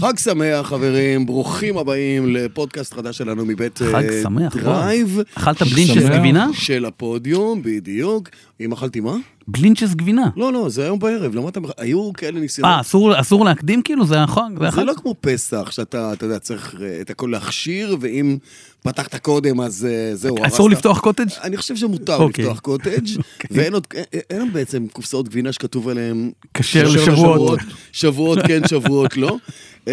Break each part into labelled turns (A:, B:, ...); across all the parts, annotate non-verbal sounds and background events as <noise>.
A: חג שמח, חברים, ברוכים הבאים לפודקאסט חדש שלנו מבית
B: חג
A: אה,
B: שמח,
A: דרייב.
B: וואו. אכלת
C: חג
B: בלינצ'ס
C: שמח.
B: גבינה?
A: של הפודיום, בדיוק. אם אכלתי מה?
B: בלינצ'ס גבינה.
A: לא, לא, זה היום בערב, למה אתה... היו כאלה
B: אה,
A: ניסיונות.
B: אסור- אסור להקדים כאילו? זה החג? זה
A: זה
B: החג?
A: לא כמו פסח, שאתה, אתה יודע, צריך אה, את הכל להכשיר, ואם פתחת קודם, אז אה, זהו,
B: אסור
A: הרסת.
B: לפתוח קוטג'?
A: אני חושב שמותר
B: <laughs> אוקיי.
A: לפתוח קוטג', ואין עוד, אין- אין בעצם קופסאות גבינה שכתוב עליהן...
B: כשר
A: כשר
B: לשבועות. <laughs>
A: שבועות כן, שבועות לא. אמ,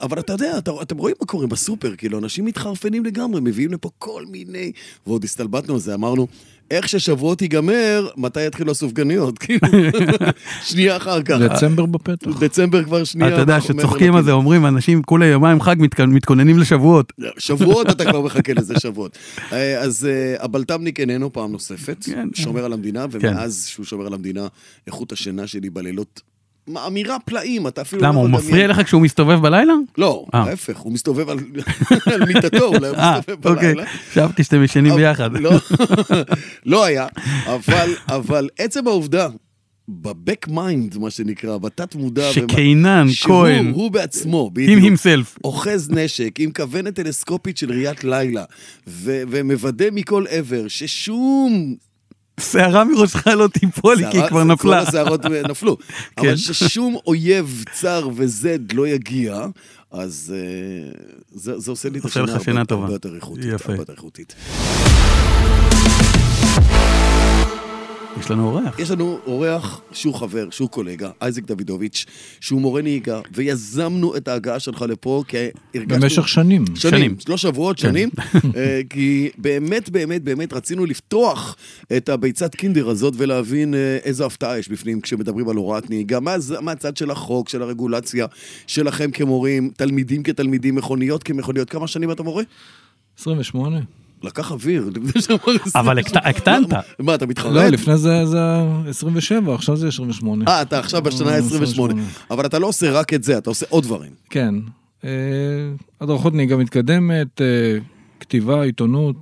A: אבל אתה יודע, אתה- אתם רואים מה קורה בסופר, כאילו, אנשים מתחרפנים לגמרי, מביאים לפה כל מיני... ועוד הסתלבטנו על זה, אמרנו, איך ששבועות ייגמר, מתי יתחילו הסופגניות? <laughs>
B: <laughs>
A: כאילו, שנייה אחר כך.
C: דצמבר בפתח.
A: דצמבר כבר שנייה.
B: אה,
A: לא
B: אתה יודע
A: אנחנו
B: שצוחקים על
A: מרתקים.
B: זה, אומרים אנשים כולה יומיים חג מתכונ- מתכוננים לשבועות.
A: שבועות אתה כבר מחכה לזה, שבועות. אה, אז אה, הבלת"מניק איננו פעם נוספת,
B: כן.
A: שומר על המדינה, ומאז שהוא שומר על המדינה, איכות השינה שלי בלילות מאמירה פלאים, אתה אפילו...
B: למה,
A: לא
B: הוא
A: מדמיין.
B: מפריע לך כשהוא מסתובב בלילה?
A: לא,
B: אה.
A: ההפך, הוא מסתובב על <laughs> על מיטתו, אולי הוא לא
B: אה,
A: מסתובב
B: אוקיי,
A: בלילה.
B: חשבתי שאתם ישנים
A: אבל-
B: ביחד.
A: לא, <laughs> לא היה, אבל, אבל עצם העובדה, בבק מיינד, מה שנקרא, בתת מודע, ומה-
B: שקיינן,
A: שהוא,
B: כהן,
A: הוא בעצמו,
B: עם
A: בדיוק,
B: הימסלף.
A: אוחז נשק עם כוונת טלסקופית של ראיית לילה, ו- ומוודא מכל עבר ששום...
B: שערה מראשך לא תיפול, כי היא
A: שערה-
B: כבר נפלה. כן.
A: כל השערות
B: <laughs>
A: נפלו. אבל ששום אויב צר וזד לא יגיע, אז אה, זה זה עושה לי את
B: עושה
A: השינה
B: לך שינה
A: הרבה-
B: טובה.
A: הרבה יותר איכותית.
B: יפה.
A: הרבה יותר איכותית.
B: יש לנו אורח.
A: יש לנו אורח שהוא חבר, שהוא קולגה, אייזק דוידוביץ', שהוא מורה נהיגה, ויזמנו את ההגעה שלך לפה, כי הרגשנו...
C: במשך שנים.
A: שנים,
B: שנים. כן.
A: לא שבועות,
B: <laughs>
A: שנים, אה, כי באמת, באמת, באמת רצינו לפתוח את הביצת קינדר הזאת ולהבין אה, איזה הפתעה יש בפנים כשמדברים על הוראת נהיגה, מה זה- מהצד של החוק, של הרגולציה, שלכם כמורים, תלמידים כתלמידים, מכוניות כמכוניות, כמה שנים אתה מורה?
C: 28?
A: לקח אוויר, לפני שאמר...
B: אבל
A: לא,
B: הקט- הקטנת.
A: מה, אתה מתחרט?
C: לא, לפני זה זה 27, עכשיו זה 28.
A: אה, אתה עכשיו בשנה
C: אה,
A: ה-28. אבל אתה לא עושה רק את זה, אתה עושה עוד דברים.
C: כן. אה, הדרכות נהיגה מתקדמת, אה, כתיבה, עיתונות.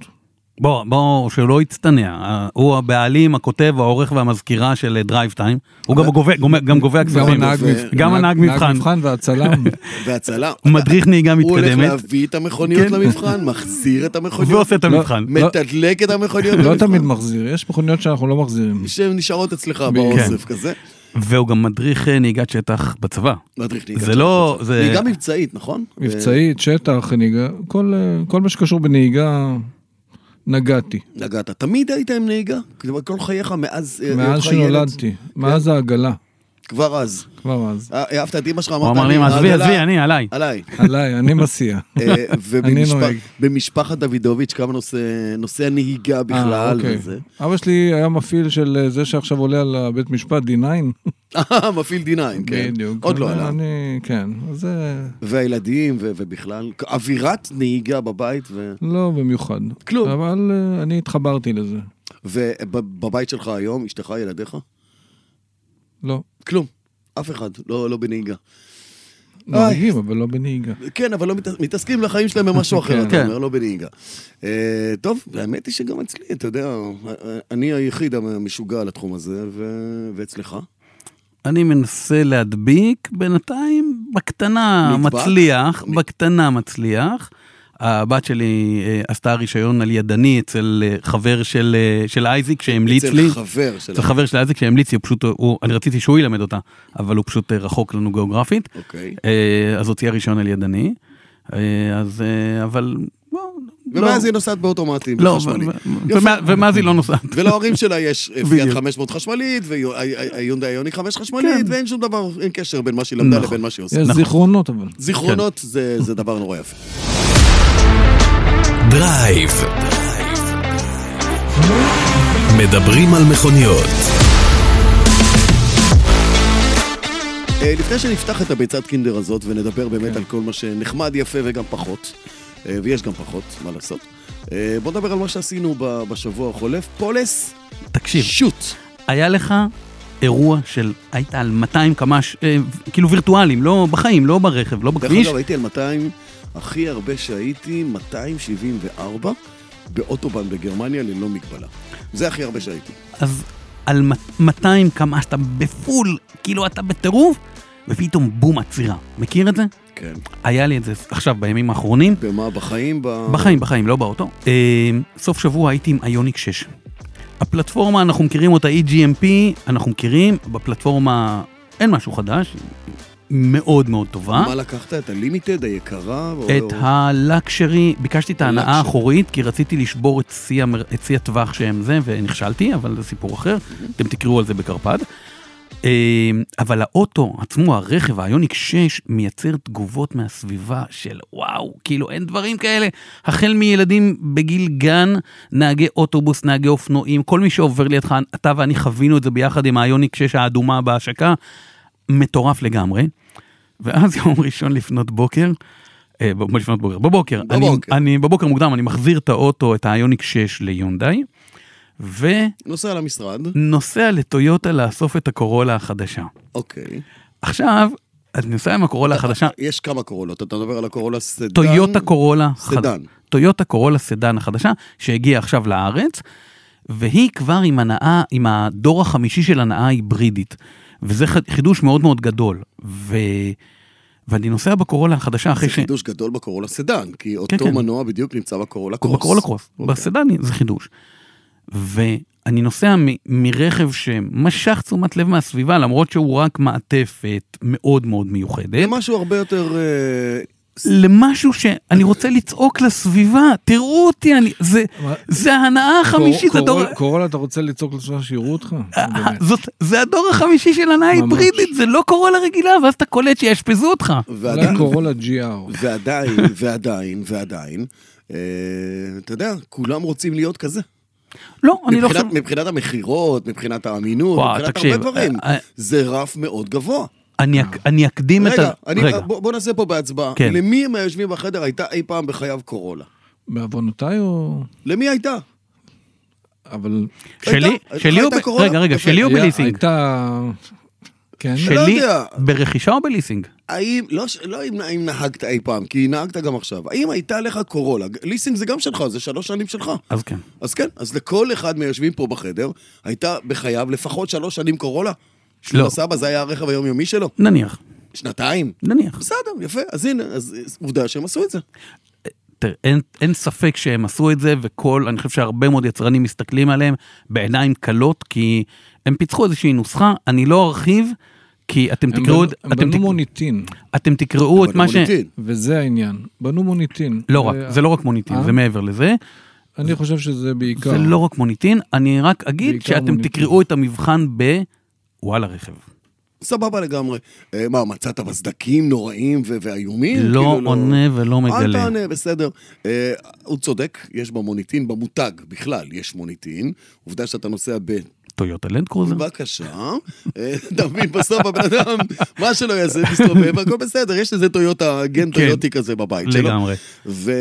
B: בוא, בוא, שלא יצטנע. אה, הוא הבעלים, הכותב, העורך והמזכירה של אה, דרייב טיים. הוא גם גובה- גומע- גם גובה
C: גם
B: כספים.
C: הנהג
A: ו-
C: מבחן.
B: גם הנהג מבחן.
C: נהג מבחן
A: <laughs>
C: והצלם.
A: והצלה.
B: הוא מדריך נהיגה
A: הוא הולך
B: מתקדמת,
A: להביא את המכוניות
B: כן.
A: למבחן, מחזיר את המכוניות,
B: ועושה את המבחן.
C: לא-
A: מתדלק את המכוניות
C: לא
A: למבחן.
C: תמיד מחזיר, יש מכוניות שאנחנו לא מחזירים.
A: שהן נשארות אצלך
C: כן.
A: באוסף כזה.
B: והוא גם מדריך אה, נהיגת שטח בצבא.
A: מדריך נהיגה.
B: זה לא... זה-
A: נהיגה מבצעית, נכון?
C: מבצעית, שטח, נהיגה, כל, אה, כל מה שקשור בנהיגה, נגעתי.
A: אה, נגעת. תמיד היית עם נהיגה? כלומר, כל חייך מאז... אה, כן.
C: מאז
A: היותך ילד?
C: שנולדתי, מאז העגלה,
A: כבר אז.
C: כבר אז.
A: אה, העפת את אמא שלך, אמרת...
B: הוא אמר לי,
A: "אני,
B: עזבי,
A: העגלה
B: עזבי, אני, עליי. <laughs>
A: עליי.
C: עליי, אני מסיע.
A: אה,
C: נוהג.
A: ובמשפחת דוידוביץ', כמה נושא- נושא הנהיגה
C: אה,
A: בכלל
C: אוקיי.
A: וזה.
C: אבא שלי היה מפעיל של אה, זה שעכשיו עולה על הבית משפט, D9.
A: אה, מפעיל D9, כן.
C: בדיוק.
A: עוד לא
C: אה,
A: עלה.
C: אני, כן, אז זה
A: והילדים ו- ובכלל, אווירת נהיגה בבית, ו-
C: לא במיוחד.
A: כלום.
C: אבל אה, אני התחברתי לזה.
A: ובבית שלך היום, אשתך, ילדיך?
C: לא.
A: כלום. אף אחד, לא לא בנהיגה.
C: נוהגים, אבל לא בנהיגה.
A: כן, אבל לא מת- מתעסקים לחיים שלהם במשהו אחר, אתה
B: כן.
A: אומר, לא בנהיגה. אה, טוב, האמת היא שגם אצלי, אתה יודע, אני היחיד המשוגע על התחום הזה, ו- ואצלך?
B: אני מנסה להדביק, בינתיים בקטנה
A: נדבק?
B: מצליח,
A: נ-
B: בקטנה מצליח. הבת שלי אה, עשתה רישיון על ידני אצל אה, חבר של, אה, של אייזיק שהמליץ לי.
A: אצל חבר שלך.
B: אצל חבר של אייזיק שהמליץ לי, הוא פשוט, הוא, אני רציתי שהוא ילמד אותה, אבל הוא פשוט אה, רחוק לנו גיאוגרפית.
A: אוקיי.
B: אה, אז הוציאה רישיון על ידני. אה, אז, אה, אבל... לא,
A: ומאז היא נוסעת באוטומטים,
B: לא,
A: בחשמלי.
B: ו- ו- ומה- ומאז היא לא נוסעת.
A: ולהורים שלה יש אה, פיאט
B: בדיוק. כן.
A: 500 חשמלית, אה, ויונדאי איוני 5 חשמלית, ואין שום דבר, אין קשר בין מה שהיא למדה
B: נכון. כן.
A: לבין מה שהיא עושה.
C: יש זיכרונות אבל.
A: זיכרונות זה זה דבר נורא יפה.
D: דרייב. מדברים על מכוניות.
A: אה, לפני שנפתח את הביצת קינדר הזאת ונדבר
B: כן.
A: באמת על כל מה שנחמד, יפה וגם פחות, אה, ויש גם פחות, מה לעשות, אה, בוא נדבר על מה שעשינו ב- בשבוע החולף. פולס,
B: תקשיב,
A: שוט.
B: היה לך אירוע של, היית על 200 קמ"ש, אה, כאילו וירטואלים, לא בחיים, לא ברכב, לא
A: דרך
B: בכביש.
A: אגב, הייתי על 200, הכי הרבה שהייתי, 274, באוטובן בגרמניה ללא מגבלה. זה הכי הרבה שהייתי.
B: אז על מ- 200 קמ"ש, אתה בפול, כאילו אתה בטירוף, ופתאום בום עצירה. מכיר את זה?
A: כן.
B: היה לי את זה עכשיו בימים האחרונים.
A: במה? בחיים? ב...
B: בחיים, בחיים, לא באוטו. אה, סוף שבוע הייתי עם איוניק 6. הפלטפורמה, אנחנו מכירים אותה E EGMP, אנחנו מכירים, בפלטפורמה אין משהו חדש, היא מאוד מאוד טובה.
A: מה לקחת? את הלימיטד היקרה? או-
B: אה? את הלקשרי, ביקשתי את ההנאה
A: הלקשרי.
B: האחורית, כי רציתי לשבור את שיא המר- את שיא הטווח שהם זה, ונכשלתי, אבל זה סיפור אחר, אתם תקראו על זה בקרפד. אה, אבל האוטו עצמו, הרכב, האיוניק 6, מייצר תגובות מהסביבה של וואו, כאילו אין דברים כאלה. החל מילדים בגיל גן, נהגי אוטובוס, נהגי אופנועים, כל מי שעובר לידך, אתה ואני חווינו את זה ביחד עם האיוניק 6 האדומה בהשקה, מטורף לגמרי. ואז <laughs> יום ראשון לפנות בוקר, אה, ב- לפנות בוקר, בבוקר, אני,
A: בבוקר.
B: אני בבוקר מוקדם, אני מחזיר את האוטו, את האיוניק 6 ליונדאי, ונוסע
A: נוסע למשרד,
B: לטויוטה לאסוף את הקורולה החדשה.
A: אוקיי.
B: עכשיו, אני נוסע עם הקורולה החדשה,
A: יש כמה קורולות, אתה מדבר על הקורולה סדן.
B: טויוטה קורולה,
A: סדן.
B: חד- טויוטה קורולה סדן החדשה, שהגיעה עכשיו לארץ, והיא כבר עם הנאה, עם הדור החמישי של הנאה היברידית. וזה ח- חידוש מאוד מאוד גדול. ו... ואני נוסע בקורולה החדשה
A: זה
B: אחרי ש...
A: חידוש גדול בקורולה סדן, כי אותו
B: כן.
A: מנוע בדיוק נמצא בקורולה קרוס.
B: בקורולה קרוס,
A: אוקיי.
B: בסדני זה חידוש. ואני נוסע מ- מרכב שמשך תשומת לב מהסביבה, למרות שהוא רק מעטפת מאוד מאוד מיוחדת.
A: משהו הרבה יותר... אה,
B: למשהו שאני רוצה לצעוק לסביבה, תראו אותי, אני, זה,
C: מה?
B: זה ההנאה החמישית,
C: קורול-
B: הדור,
C: קורול, אתה רוצה לצעוק לצבא שיראו אותך?
B: אה,
C: באמת.
B: זאת, זה הדור החמישי של הנאה
C: ממש.
B: היברידית, זה לא קורולה רגילה, ואז אתה קולט שיאשפזו אותך.
A: ועדיין,
C: אולי קורולה GR.
A: ועדיין, ועדיין, ועדיין, אה, אתה יודע, כולם רוצים להיות כזה.
B: לא, אני לא
A: מבחינת-
B: חושב...
A: מבחינת המכירות, מבחינת האמינות,
B: וואו,
A: מבחינת הרבה
B: תקשיב,
A: דברים.
B: אה, אה,
A: זה רף מאוד גבוה.
B: אני, אק- אני אקדים את
A: רגע,
B: ה...
A: אני-
B: רגע,
A: בוא בוא נעשה פה בהצבעה.
B: כן.
A: למי מהיושבים בחדר הייתה אי פעם בחייו קורולה?
C: בעוונותיי או...
A: למי הייתה?
C: אבל...
B: שלי,
A: הייתה-
B: שלי, או
A: הייתה
B: ב-
A: קורולה?
B: רגע, רגע,
A: יפה.
B: שלי או
C: היה-
B: בליסינג?
C: הייתה... כן.
A: לא
B: שלי
A: יודע.
B: ברכישה או בליסינג?
A: האם, לא, ש- לא אם, אם נהגת אי פעם, כי נהגת גם עכשיו, האם הייתה לך קורולה? ליסינג זה גם שלך, זה שלוש שנים שלך.
B: אז כן.
A: אז כן, אז לכל אחד מהיושבים פה בחדר, הייתה בחייו לפחות שלוש שנים קורולה.
B: לא.
A: לא. סבא זה היה הרכב היומיומי שלו?
B: נניח,
A: שנתיים?
B: נניח.
A: בסדר, יפה. אז הנה, אז אז עובדה שהם עשו את זה.
B: תראה, אין, אין ספק שהם עשו את זה, וכל, אני חושב שהרבה מאוד יצרנים מסתכלים עליהם בעיניים כלות, כי הם פיצחו איזושהי נוסחה, אני לא ארחיב, כי אתם
C: הם
B: תקראו,
C: בנו-
A: לא-
B: את-
C: הם
B: אתם,
C: בנו
B: תק-
C: מוניטין,
B: אתם תקראו את
A: אבל
B: מה ש...
A: המוניטין.
C: וזה העניין. בנו מוניטין.
B: לא רק,
C: ו-
B: זה לא רק מוניטין,
C: אה?
B: זה מעבר לזה.
C: אני חושב שזה בעיקר...
B: זה לא רק מוניטין, אני רק אגיד
C: בעיקר
B: שאתם
C: מוניטין.
B: תקראו את המבחן ב... וואלה
A: כן,
B: רכב.
A: סבבה לגמרי. אה, מה, מצאת בסדקים נוראים ו- ואיומים?
B: לא
A: כאילו,
B: עונה ולא
A: אל
B: מגלה.
A: תענה, בסדר. אה, הוא צודק, יש במוניטין, במותג בכלל יש מוניטין. עובדה שאתה נוסע ב...
B: טויוטה לנד
A: לא,
B: קרוזר.
A: בבקשה. אה, אתה מבין, בסוף הבן אדם, מה שלא יעשה, מסתובב, הכל בסדר, יש איזה טויוטה, גן
B: כן.
A: טויוטי כזה בבית שלו.
B: לגמרי.
A: ו...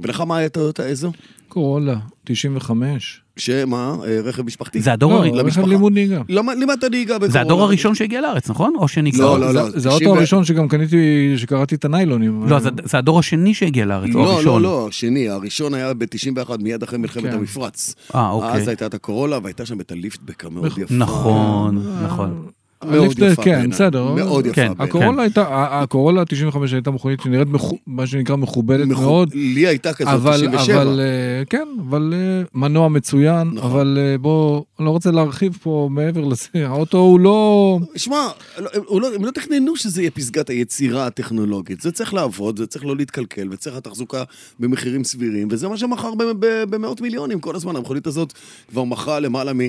A: ולך מה הייתה אותה איזו?
C: קורולה, 95.
A: שמה? אה, רכב משפחתי?
B: זה הדור
C: לא,
B: הראשון-
C: רכב
A: למשפחה.
C: לימוד נהיגה.
A: למה- לימדת נהיגה בקורונה?
B: זה הדור הראשון שהגיע לארץ, נכון? או שנקרא?
A: לא, לא,
C: זה-
A: לא,
C: זה האוטו
A: 90 ו-
C: הראשון שגם קניתי, שקראתי את הניילונים.
B: לא, זה- זה הדור השני שהגיע לארץ, או
A: לא,
B: הראשון.
A: לא, לא, שני, הראשון היה ב-91, מיד אחרי מלחמת
C: כן.
A: המפרץ.
B: אה, אוקיי.
A: אז הייתה את הקורולה, והייתה שם את הליפטבק המאוד יפה.
B: נכון, נכון.
A: מאוד
C: הליפט-
A: יפה
C: כן,
A: בעיניי.
C: בסדר.
A: מאוד יפה.
B: כן,
A: בעיניי.
C: הקורולה הייתה, ה- הקורולה 95 הייתה מכונית שנראית מכו- מה שנקרא מכובדת
A: מכו-
C: מאוד,
A: לי הייתה לא כזאת,
C: כן, אבל,
A: 97.
C: אבל, אה, כן, אבל אה, מנוע מצוין,
A: נכון.
C: אבל אה, בוא, אני לא רוצה להרחיב פה מעבר לזה, האוטו הוא לא...
A: שמע, לא- הם- הוא לא- הם לא תכננו שזה יהיה פסגת היצירה הטכנולוגית. זה צריך לעבוד, זה צריך לא להתקלקל, וצריך התחזוקה במחירים סבירים, וזה מה שמכר ב- ב- במאות מיליונים כל הזמן. המכונית הזאת כבר מכרה למעלה מ...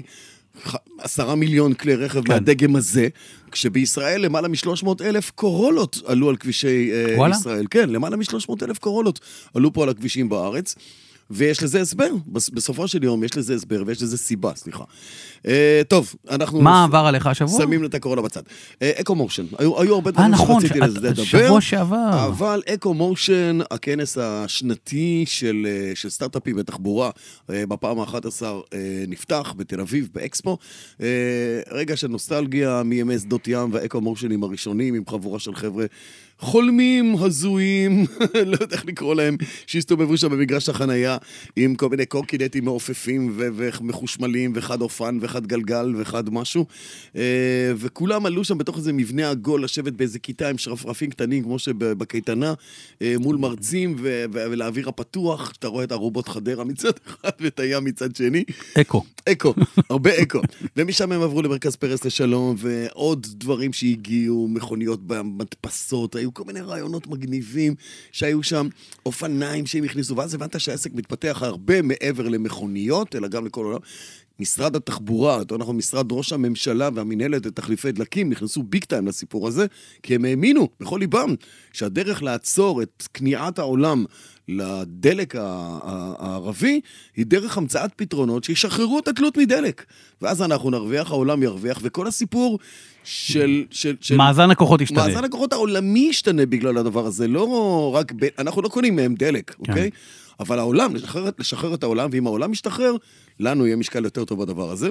A: ח- עשרה מיליון כלי רכב
B: כן.
A: מהדגם הזה, כשבישראל למעלה מ-300 אלף קורולות עלו על כבישי אה,
B: וואלה.
A: ישראל. כן, למעלה מ-300 אלף קורולות עלו פה על הכבישים בארץ, ויש לזה הסבר. בס- בסופו של יום יש לזה הסבר ויש לזה סיבה, סליחה. אה, טוב, אנחנו...
B: מה עבר עליך השבוע?
A: שמים את הקורונה בצד. אקו מושן, היו היו הרבה
B: אה,
A: דברים
B: נכון,
A: שרציתי
B: שאת-
A: לזה לדבר.
B: שבוע שעבר.
A: אבל אקו מושן, הכנס השנתי של, אה, של סטארט-אפים בתחבורה, אה, בפעם ה-11 אה, נפתח בתל אביב, באקספו. אה, רגע של נוסטלגיה מימי שדות ים והאקו מושנים הראשונים, עם חבורה של חבר'ה <laughs> חולמים, הזויים, לא יודע איך לקרוא להם, שהסתובבו שם במגרש החנייה, עם כל מיני קורקינטים מעופפים ו- ומחושמלים וחד אופן וחד גלגל וחד משהו. אה, וכולם עלו שם בתוך איזה מבנה עגול, לשבת באיזה כיתה עם שרפרפים קטנים, כמו שבקייטנה, אה, מול מרצים ו- ו- ולאוויר הפתוח, שאתה רואה את ארובות חדרה מצד <laughs> אחד ואת הים מצד שני.
B: אקו.
A: אקו, הרבה אקו. ומשם הם עברו למרכז פרס לשלום, ועוד דברים שהגיעו, מכוניות במדפסות, היו כל מיני רעיונות מגניבים שהיו שם, אופניים שהם הכניסו, ואז הבנת שהעסק מתפתח הרבה מעבר למכוניות, אלא גם לכל עולם. משרד התחבורה, יותר נכון, משרד ראש הממשלה והמינהלת לתחליפי דלקים נכנסו ביג טיים לסיפור הזה, כי הם האמינו בכל ליבם שהדרך לעצור את כניעת העולם לדלק ה- ה- הערבי היא דרך המצאת פתרונות שישחררו את התלות מדלק. ואז אנחנו נרוויח, העולם ירוויח, וכל הסיפור של... של, של
B: מאזן הכוחות ישתנה.
A: מאזן הכוחות העולמי ישתנה בגלל הדבר הזה, לא רק... ב... אנחנו לא קונים מהם דלק,
B: כן.
A: אוקיי? אבל העולם, לשחרר, לשחרר את העולם, ואם העולם ישתחרר, לנו יהיה משקל יותר טוב בדבר הזה.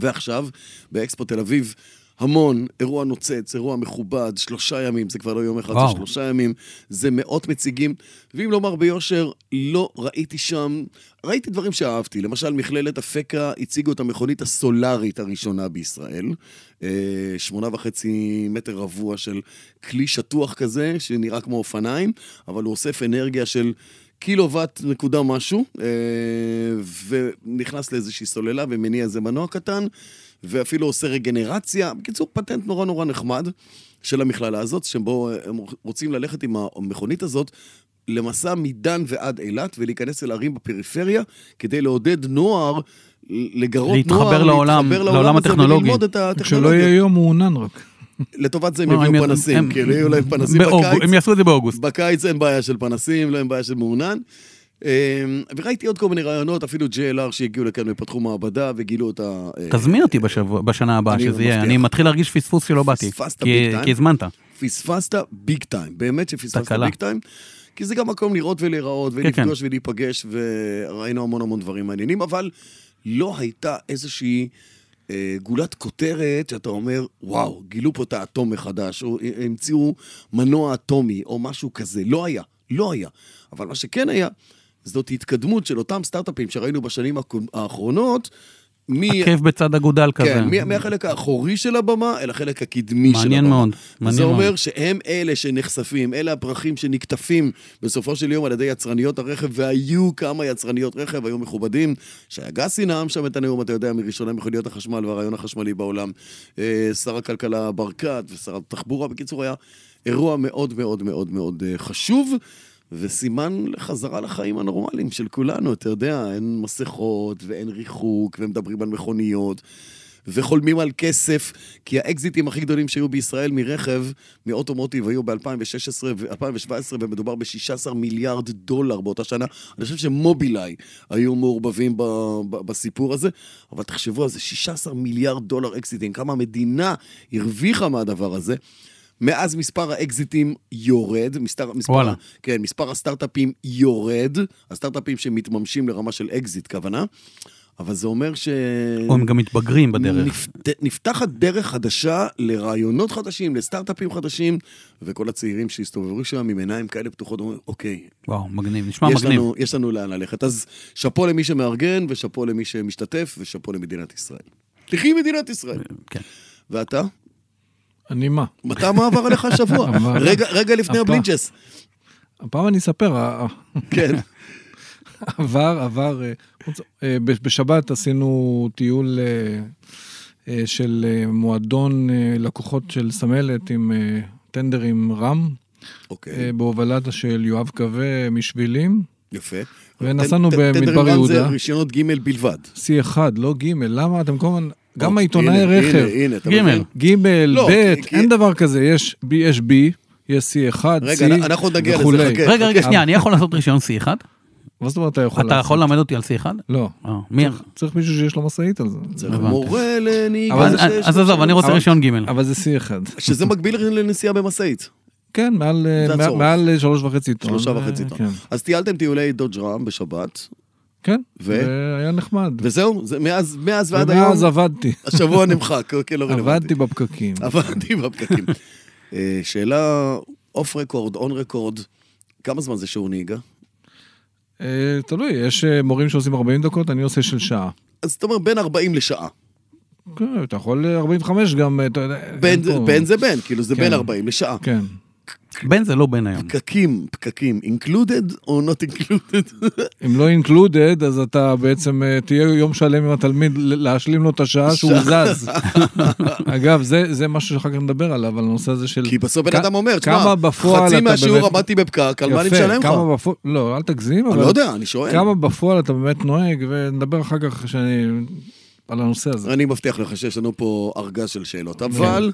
A: ועכשיו, באקספו תל אביב, המון, אירוע נוצץ, אירוע מכובד, שלושה ימים, זה כבר לא יום אחד,
B: וואו.
A: זה שלושה ימים, זה מאות מציגים. ואם לומר ביושר, לא ראיתי שם, ראיתי דברים שאהבתי. למשל, מכללת אפקה הציגו את המכונית הסולארית הראשונה בישראל. אה, שמונה וחצי מטר רבוע של כלי שטוח כזה, שנראה כמו אופניים, אבל הוא אוסף אנרגיה של... קילוואט נקודה משהו, אה, ונכנס לאיזושהי סוללה ומניע איזה מנוע קטן, ואפילו עושה רגנרציה. בקיצור, פטנט נורא נורא נחמד של המכללה הזאת, שבו הם רוצים ללכת עם המכונית הזאת למסע מדן ועד אילת, ולהיכנס אל ערים בפריפריה, כדי לעודד נוער, לגרות
B: להתחבר
A: נוער,
B: לעולם,
A: להתחבר
B: לעולם
A: הזה
B: הטכנולוגי.
A: וללמוד את
C: כשלא
A: הטכנולוגיה.
C: יהיה יום מעונן רק.
A: לטובת זה הם
B: לא,
A: יביאו
B: הם- הם-
A: פנסים, כאילו יהיו להם פנסים
B: באוגוסט-
A: בקיץ.
B: הם יעשו את זה באוגוסט.
A: בקיץ אין בעיה של פנסים, לא אין בעיה של מעונן. אמ, וראיתי עוד כל מיני רעיונות, אפילו JLR שהגיעו לכאן ופתחו מעבדה וגילו את ה... אה,
B: תזמין אותי בשבוע- בשנה הבאה
A: אני
B: שזה יהיה,
A: מבטיח.
B: אני מתחיל להרגיש פספוס שלא באתי.
A: פספסת
B: כי-
A: ביג טיים.
B: כי הזמנת.
A: פספסת ביג טיים, באמת שפספסת
B: תקלה.
A: ביג טיים. כי זה גם מקום לראות ולהיראות ולפגוש ולהיפגש, וראינו המון המון דברים מעניינים, אבל לא הייתה איזושהי אה, גולת כותרת שאתה אומר, וואו, גילו פה את האטום מחדש, או אה, המציאו מנוע אטומי, או משהו כזה. לא היה, לא היה. אבל מה שכן היה, זאת התקדמות של אותם סטארט-אפים שראינו בשנים הקו- האחרונות, מ...
B: עקב בצד אגודל כזה.
A: כן, מה- מהחלק האחורי של הבמה אל החלק הקדמי של הבמה.
B: מעניין מאוד,
A: זה
B: מעניין
A: אומר
B: מאוד.
A: שהם אלה שנחשפים, אלה הפרחים שנקטפים בסופו של יום על ידי יצרניות הרכב, והיו כמה יצרניות רכב, היו מכובדים. שהגסי נאם שם את הנאום, אתה יודע, מראשוני מכוניות החשמל והרעיון החשמלי בעולם. אה, שר הכלכלה ברקת ושר התחבורה, בקיצור, היה אירוע מאוד מאוד מאוד מאוד אה, חשוב. וסימן לחזרה לחיים הנורמליים של כולנו, אתה יודע, אין מסכות ואין ריחוק ומדברים על מכוניות. וחולמים על כסף, כי האקזיטים הכי גדולים שהיו בישראל מרכב, מאוטומוטיב, היו ב-2016 ו-2017, ומדובר ב-16 מיליארד דולר באותה שנה. אני חושב שמובילאיי היו מעורבבים ב- ב- בסיפור הזה, אבל תחשבו על זה, 16 מיליארד דולר אקזיטים, כמה המדינה הרוויחה מהדבר הזה. מאז מספר האקזיטים יורד, מספר, מספר,
B: וואלה.
A: כן, מספר הסטארט-אפים יורד, הסטארט-אפים שמתממשים לרמה של אקזיט, כוונה, אבל זה אומר ש...
B: או הם גם מתבגרים בדרך.
A: נפת, נפתחת דרך חדשה לרעיונות חדשים, לסטארט-אפים חדשים, וכל הצעירים שהסתובבו שם עם עיניים כאלה פתוחות אומרים, אוקיי,
B: וואו, מגניב, נשמע
A: יש
B: מגניב.
A: לנו, יש לנו לאן ללכת. אז שאפו למי שמארגן, ושאפו למי שמשתתף, ושאפו למדינת ישראל. תחי מדינת ישראל.
B: כן.
A: ואתה?
C: אני מה?
A: מתי מה עבר עליך
B: <laughs>
A: השבוע?
C: אבל-
A: רגע, רגע לפני
C: הפעם.
A: הבלינצ'ס.
C: הפעם אני אספר, ה- ה-
B: <laughs>
A: כן.
C: עבר, עבר, אה, רוצ- אה, ב- בשבת עשינו טיול אה, אה, של אה, מועדון אה, לקוחות של סמלת עם אה, טנדר עם רם,
A: אוקיי,
C: אה, בהובלת של יואב קווה משבילים,
A: יפה.
C: ונסענו
A: ט- ט-
C: במדבר
A: טנדר רן זה
C: יהודה.
A: רישיונות ג' בלבד.
C: C1, לא ג', למה אתם כל הזמן, גם
A: או,
C: העיתונאי
A: הנה,
C: רכב.
A: הנה, הנה, אתה
B: ג'.
A: מבין?
C: ג',
A: לא,
C: ב',
A: כי-
C: אין דבר כזה, יש B, יש B, יש C1, C
A: רגע, אנחנו- אנחנו עוד נגיע לזה,
C: וכולי.
A: חכה.
B: רגע, רגע,
A: אוקיי.
B: שנייה, אני יכול לעשות רישיון
A: <laughs>
B: C1?
C: מה זאת אומרת אתה יכול?
B: אתה
C: לעשות?
B: יכול ללמד אותי על C1?
C: לא.
B: אה, מי?
C: צריך מישהו שיש לו משאית על זה.
A: צריך
B: הבנתי.
A: מורה לנהיגה
B: אבל-
A: שיש
B: אז
A: לו
B: עזוב,
A: שם.
B: אני רוצה
C: אבל-
B: רישיון ג'.
C: אבל זה שיא אחד.
A: שזה מקביל לנסיעה במשאית.
C: כן, מעל, אה,
A: זה
C: מע-
A: הצורך.
C: מעל אה, שלוש וחצי טון.
A: שלושה
C: אה,
A: וחצי טון.
C: כן.
A: אז טיילתם טיולי דודג' רם בשבת,
C: כן,
A: ו?
C: והיה נחמד.
A: וזהו, זה מאז, מאז ועד היום,
C: ומאז עבדתי.
A: השבוע נמחק, אוקיי, לא רלוונטי.
C: עבדתי בפקקים.
A: עבדתי בפקקים. אה, שאלה אוף רקורד, און רקורד, כמה זמן זה שיעור נהיגה?
C: אה, תלוי, יש אה, מורים שעושים 40 דקות, אני עושה של שעה.
A: אז זאת אומרת, בין 40 לשעה.
C: כן, אתה יכול אה, 45 גם, אה, אתה יודע... אין
A: בין,
C: פה-
A: בין זה בין, כאילו זה
C: כן.
A: בין 40 לשעה.
C: כן.
B: בן זה לא בן
A: כן.
B: היום.
A: פקקים, פקקים, included או not included?
C: אם לא included, אז אתה בעצם אה, תהיה יום שלם עם התלמיד ל- להשלים לו את השעה
A: <laughs>
C: שהוא זז. אגב, זה, זה משהו שאחר כך נדבר עליו, על הנושא הזה של...
A: כי בסוף בן
C: כ-
A: אדם אומר, תשמע,
C: כמה בפועל
A: חצי
C: אתה
A: מהשיעור
C: באמת-
A: עמדתי בפקק, על מה אני
C: יפה,
A: משלם לך?
C: כמה בפועל... לא, אל תגזים,
A: אני
C: אבל...
A: לא יודע, אני שואל.
C: כמה בפועל אתה באמת נוהג, ונדבר אחר כך שאני... על הנושא הזה.
A: אני מבטיח לך שיש לנו פה ארגז של שאלות,
C: כן.
A: אבל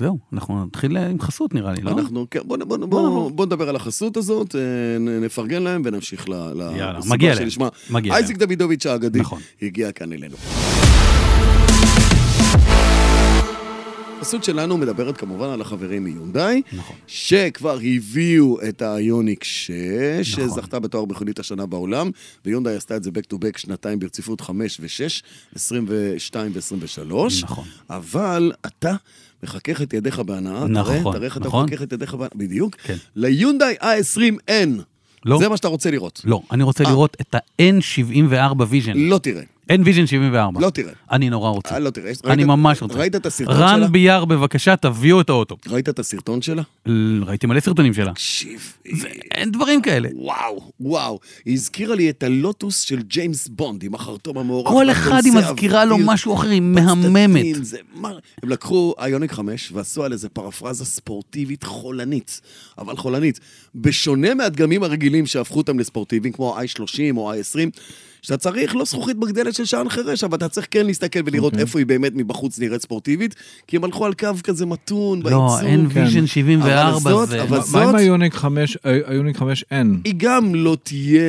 B: זהו, אנחנו נתחיל עם חסות נראה לי, לא?
A: אנחנו, כן, בוא- בוא- בוא-
B: בוא.
A: בוא נדבר על החסות הזאת, אה, נ- נפרגן להם ונמשיך ל- ל-
B: יאללה,
A: לסיבה
B: מגיע להם,
A: שלשמה.
B: מגיע
A: אייזיק דוידוביץ' האגדי
B: נכון.
A: הגיע כאן אלינו. החסות שלנו מדברת כמובן על החברים מיונדאי,
B: נכון.
A: שכבר הביאו את היוניק 6,
B: נכון.
A: שזכתה בתואר מכונית השנה בעולם, ויונדאי עשתה את זה back to back שנתיים ברציפות 5 ו-6, 22 ו-23.
B: נכון.
A: אבל אתה מחכך את ידיך בהנאה,
B: נכון,
A: תראה, תראה איך אתה
B: נכון.
A: מחכך את ידיך בהנאה, בדיוק.
B: כן.
A: ליונדאי i20N,
B: לא.
A: זה מה שאתה רוצה לראות.
B: לא, אני רוצה
A: אה.
B: לראות את ה-N74 ויז'ן.
A: לא תראה,
B: אין ויז'ן 74.
A: לא תראה.
B: אני נורא רוצה.
A: אה, לא תראה. יש-
B: אני
A: ראית-
B: ממש רוצה.
A: ראית את הסרטון שלה?
B: רן ביאר, בבקשה, תביאו את האוטו.
A: ראית את הסרטון שלה?
B: ל- ראיתי מלא סרטונים שלה.
A: תקשיב,
B: אין דברים כאלה.
A: וואו, וואו. היא הזכירה לי את הלוטוס של ג'יימס בונד עם החרטום המעורב.
B: כל אחד היא
A: והכונסי
B: מזכירה לו
A: האוויר.
B: משהו אחר, היא מהממת.
A: בצדדים, זה מר- הם לקחו איוניק 5 ועשו על איזה פרפרזה ספורטיבית חולנית, אבל חולנית. בשונה מהדגמים הרגילים שהפכו אותם לספורטיביים, כמו i30 או i20, שאתה צריך לא זכוכית מגדלת של שען חירש, אבל אתה צריך כן להסתכל ולראות איפה היא באמת מבחוץ נראית ספורטיבית, כי הם הלכו על קו כזה מתון
B: לא,
A: בעיצוב.
B: אין
C: כן.
B: ויז'ן 74
A: הזאת-
B: זה...
A: אבל
C: מה-
A: זאת-
C: מה עם היוניק 5, היוניק 5N?
A: היא גם לא תהיה